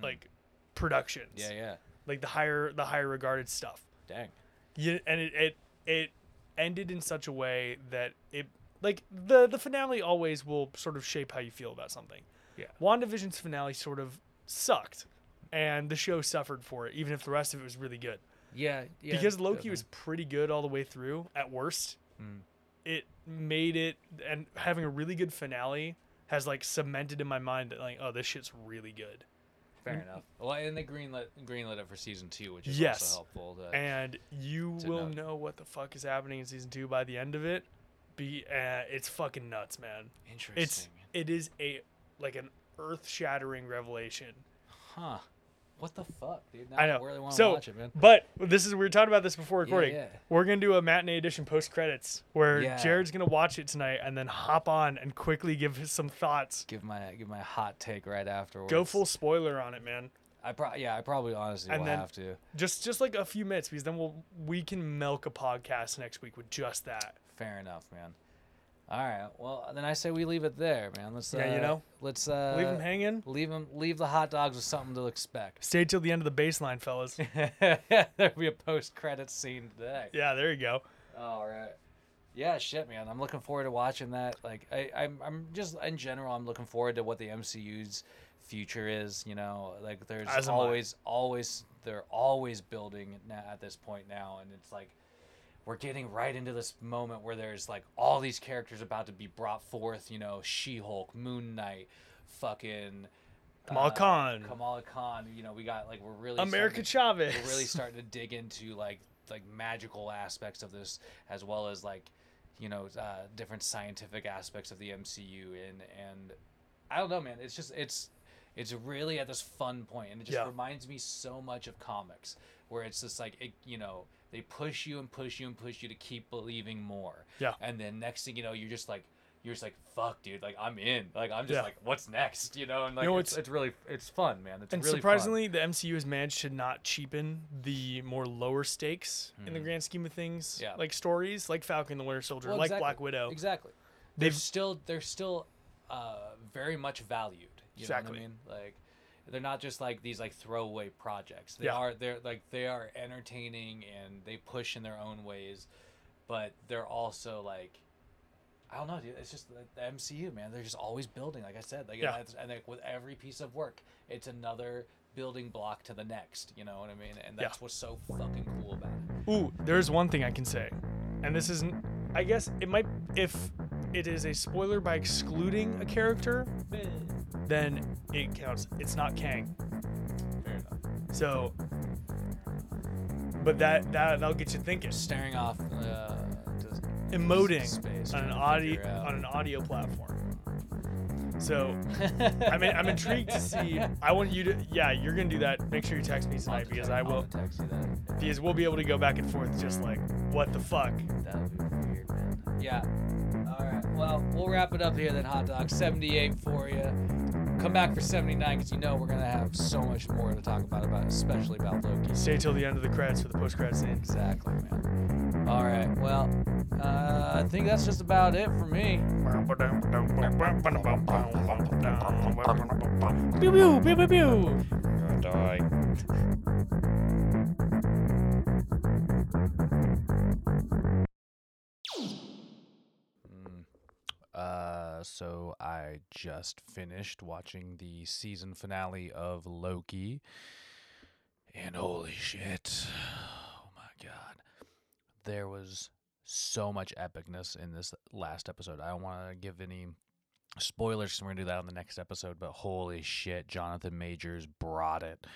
Speaker 2: like productions.
Speaker 3: Mm. yeah, yeah.
Speaker 2: Like the higher the higher regarded stuff.
Speaker 3: Dang.
Speaker 2: Yeah, and it, it it ended in such a way that it like the the finale always will sort of shape how you feel about something.
Speaker 3: Yeah.
Speaker 2: WandaVision's finale sort of sucked and the show suffered for it even if the rest of it was really good.
Speaker 3: Yeah, yeah.
Speaker 2: because Loki was pretty good all the way through at worst.
Speaker 3: Mm.
Speaker 2: It made it and having a really good finale has like cemented in my mind that like oh this shit's really good. Mm.
Speaker 3: fair enough. Well, and they greenlit greenlit it for season two, which is
Speaker 2: Yes.
Speaker 3: also helpful. To,
Speaker 2: and you
Speaker 3: to
Speaker 2: will
Speaker 3: note.
Speaker 2: know what the fuck is happening in season two by the end of it. Be uh, it's fucking nuts, man.
Speaker 3: Interesting.
Speaker 2: It's it is a like an earth shattering revelation.
Speaker 3: huh? What the fuck, dude? Now
Speaker 2: I know.
Speaker 3: I really want to
Speaker 2: so,
Speaker 3: watch it, man.
Speaker 2: but this is we were talking about this before
Speaker 3: Yeah,
Speaker 2: recording.
Speaker 3: yeah.
Speaker 2: We're gonna do a matinee edition post credits where
Speaker 3: Yeah.
Speaker 2: Jared's gonna watch it tonight and then hop on and quickly give us some thoughts.
Speaker 3: Give my give my hot take right afterwards.
Speaker 2: Go full spoiler on it, man.
Speaker 3: I pro- yeah, I probably honestly
Speaker 2: And
Speaker 3: will
Speaker 2: then-
Speaker 3: have to.
Speaker 2: Just just like a few minutes because then we'll we can milk a podcast next week with just that.
Speaker 3: Fair enough, man. All right. Well, then I say we leave it there, man. Let's uh,
Speaker 2: Yeah, you know.
Speaker 3: Let's uh,
Speaker 2: Leave them hanging.
Speaker 3: Leave 'em- Leave the hot dogs with something to expect.
Speaker 2: Stay till the end of the baseline, fellas.
Speaker 3: There'll be a post-credit scene today.
Speaker 2: yeah, there you go.
Speaker 3: All Oh, right. Yeah, shit, man. I'm looking forward to watching that. Like, I, I'm, I'm just in general, I'm looking forward to what the MCU's future is. You know, like there's
Speaker 2: As am I.
Speaker 3: always, always, they're always building now at this point now, and it's like we're getting right into this moment where there's like all these characters about to be brought forth. You know, She-Hulk, Moon Knight, fucking
Speaker 2: Kamala Khan.
Speaker 3: Kamala Khan. You know, we got like we're really starting
Speaker 2: America
Speaker 3: to-
Speaker 2: Chavez.
Speaker 3: we're really starting to dig into like like magical aspects of this as well as like you know uh, different scientific aspects of the MCU and and I don't know man it's just it's it's really at this fun point and it just
Speaker 2: Yeah.
Speaker 3: reminds me so much of comics where it's just like it, you know they push you and push you and push you to keep believing more
Speaker 2: Yeah.
Speaker 3: and then next thing you know you're just like you're just like fuck dude like I'm in like I'm just
Speaker 2: Yeah.
Speaker 3: like what's next you know and like
Speaker 2: know,
Speaker 3: it's, it's
Speaker 2: it's-
Speaker 3: really it's fun man it's
Speaker 2: and
Speaker 3: really fun.
Speaker 2: surprisingly, the MCU has managed to not cheapen the more lower stakes in the grand scheme of things.
Speaker 3: Hmm. Yeah.
Speaker 2: Like stories, like Falcon the Winter Soldier,
Speaker 3: Well,
Speaker 2: like
Speaker 3: exactly.
Speaker 2: Black Widow.
Speaker 3: Exactly. They're
Speaker 2: They've-
Speaker 3: still they're still uh, very much valued. You
Speaker 2: Exactly.
Speaker 3: Know what I mean, like they're not just like these like throwaway projects. They
Speaker 2: Yeah.
Speaker 3: are they're like they are entertaining and they push in their own ways, but they're also like. I don't know, dude. It's just the- the MCU, man. They're just always building, like I said. Like,
Speaker 2: Yeah.
Speaker 3: and that's- and like with every piece of work, it's another building block to the next. You know what I mean? And
Speaker 2: Yeah.
Speaker 3: that's what's so fucking cool about it.
Speaker 2: Ooh, there's one thing I can say, and this isn't. I guess it might. If it is a spoiler by excluding a character, then it counts. It's not Kang.
Speaker 3: Fair enough.
Speaker 2: So, but that that that'll get you thinking.
Speaker 3: staring off uh, to-
Speaker 2: Emoting
Speaker 3: Space,
Speaker 2: on
Speaker 3: trying
Speaker 2: an
Speaker 3: to
Speaker 2: audio
Speaker 3: figure out.
Speaker 2: on an audio platform. So, I mean, I'm intrigued to see. I want you to. Yeah, you're gonna do that. Make sure you text me
Speaker 3: I'll
Speaker 2: tonight because
Speaker 3: text-
Speaker 2: I
Speaker 3: I'll
Speaker 2: will.
Speaker 3: text you that.
Speaker 2: Because we'll be able to go back and forth, just like what the fuck.
Speaker 3: That would be weird, man. Yeah. All right. Well, we'll wrap it up here then, hot dog. 78 for you. Come back for 79 because you know we're gonna have so much more to talk about about, especially about Loki.
Speaker 2: Stay till the end of the credits for the post credits scenes.
Speaker 3: Exactly, man. All right. Well, uh, I think that's just about it for me.
Speaker 2: Pew pew pew pew pew.
Speaker 3: Uh, so I just finished watching the season finale of Loki, and holy shit! Oh my god, there was so much epicness in this last episode. I don't want to give any spoilers, 'cause we're gonna do that on the next episode. But holy shit, Jonathan Majors brought it.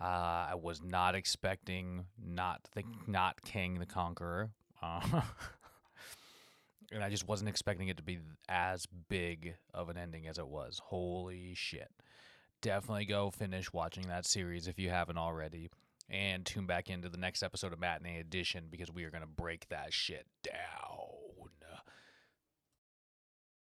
Speaker 3: Uh, I was not expecting not the not King the Conqueror. Uh, and I just wasn't expecting it to be th- as big of an ending as it was. Holy shit. Definitely go finish watching that series if you haven't already. And tune back into the next episode of Matinee Edition because we are going to break that shit down.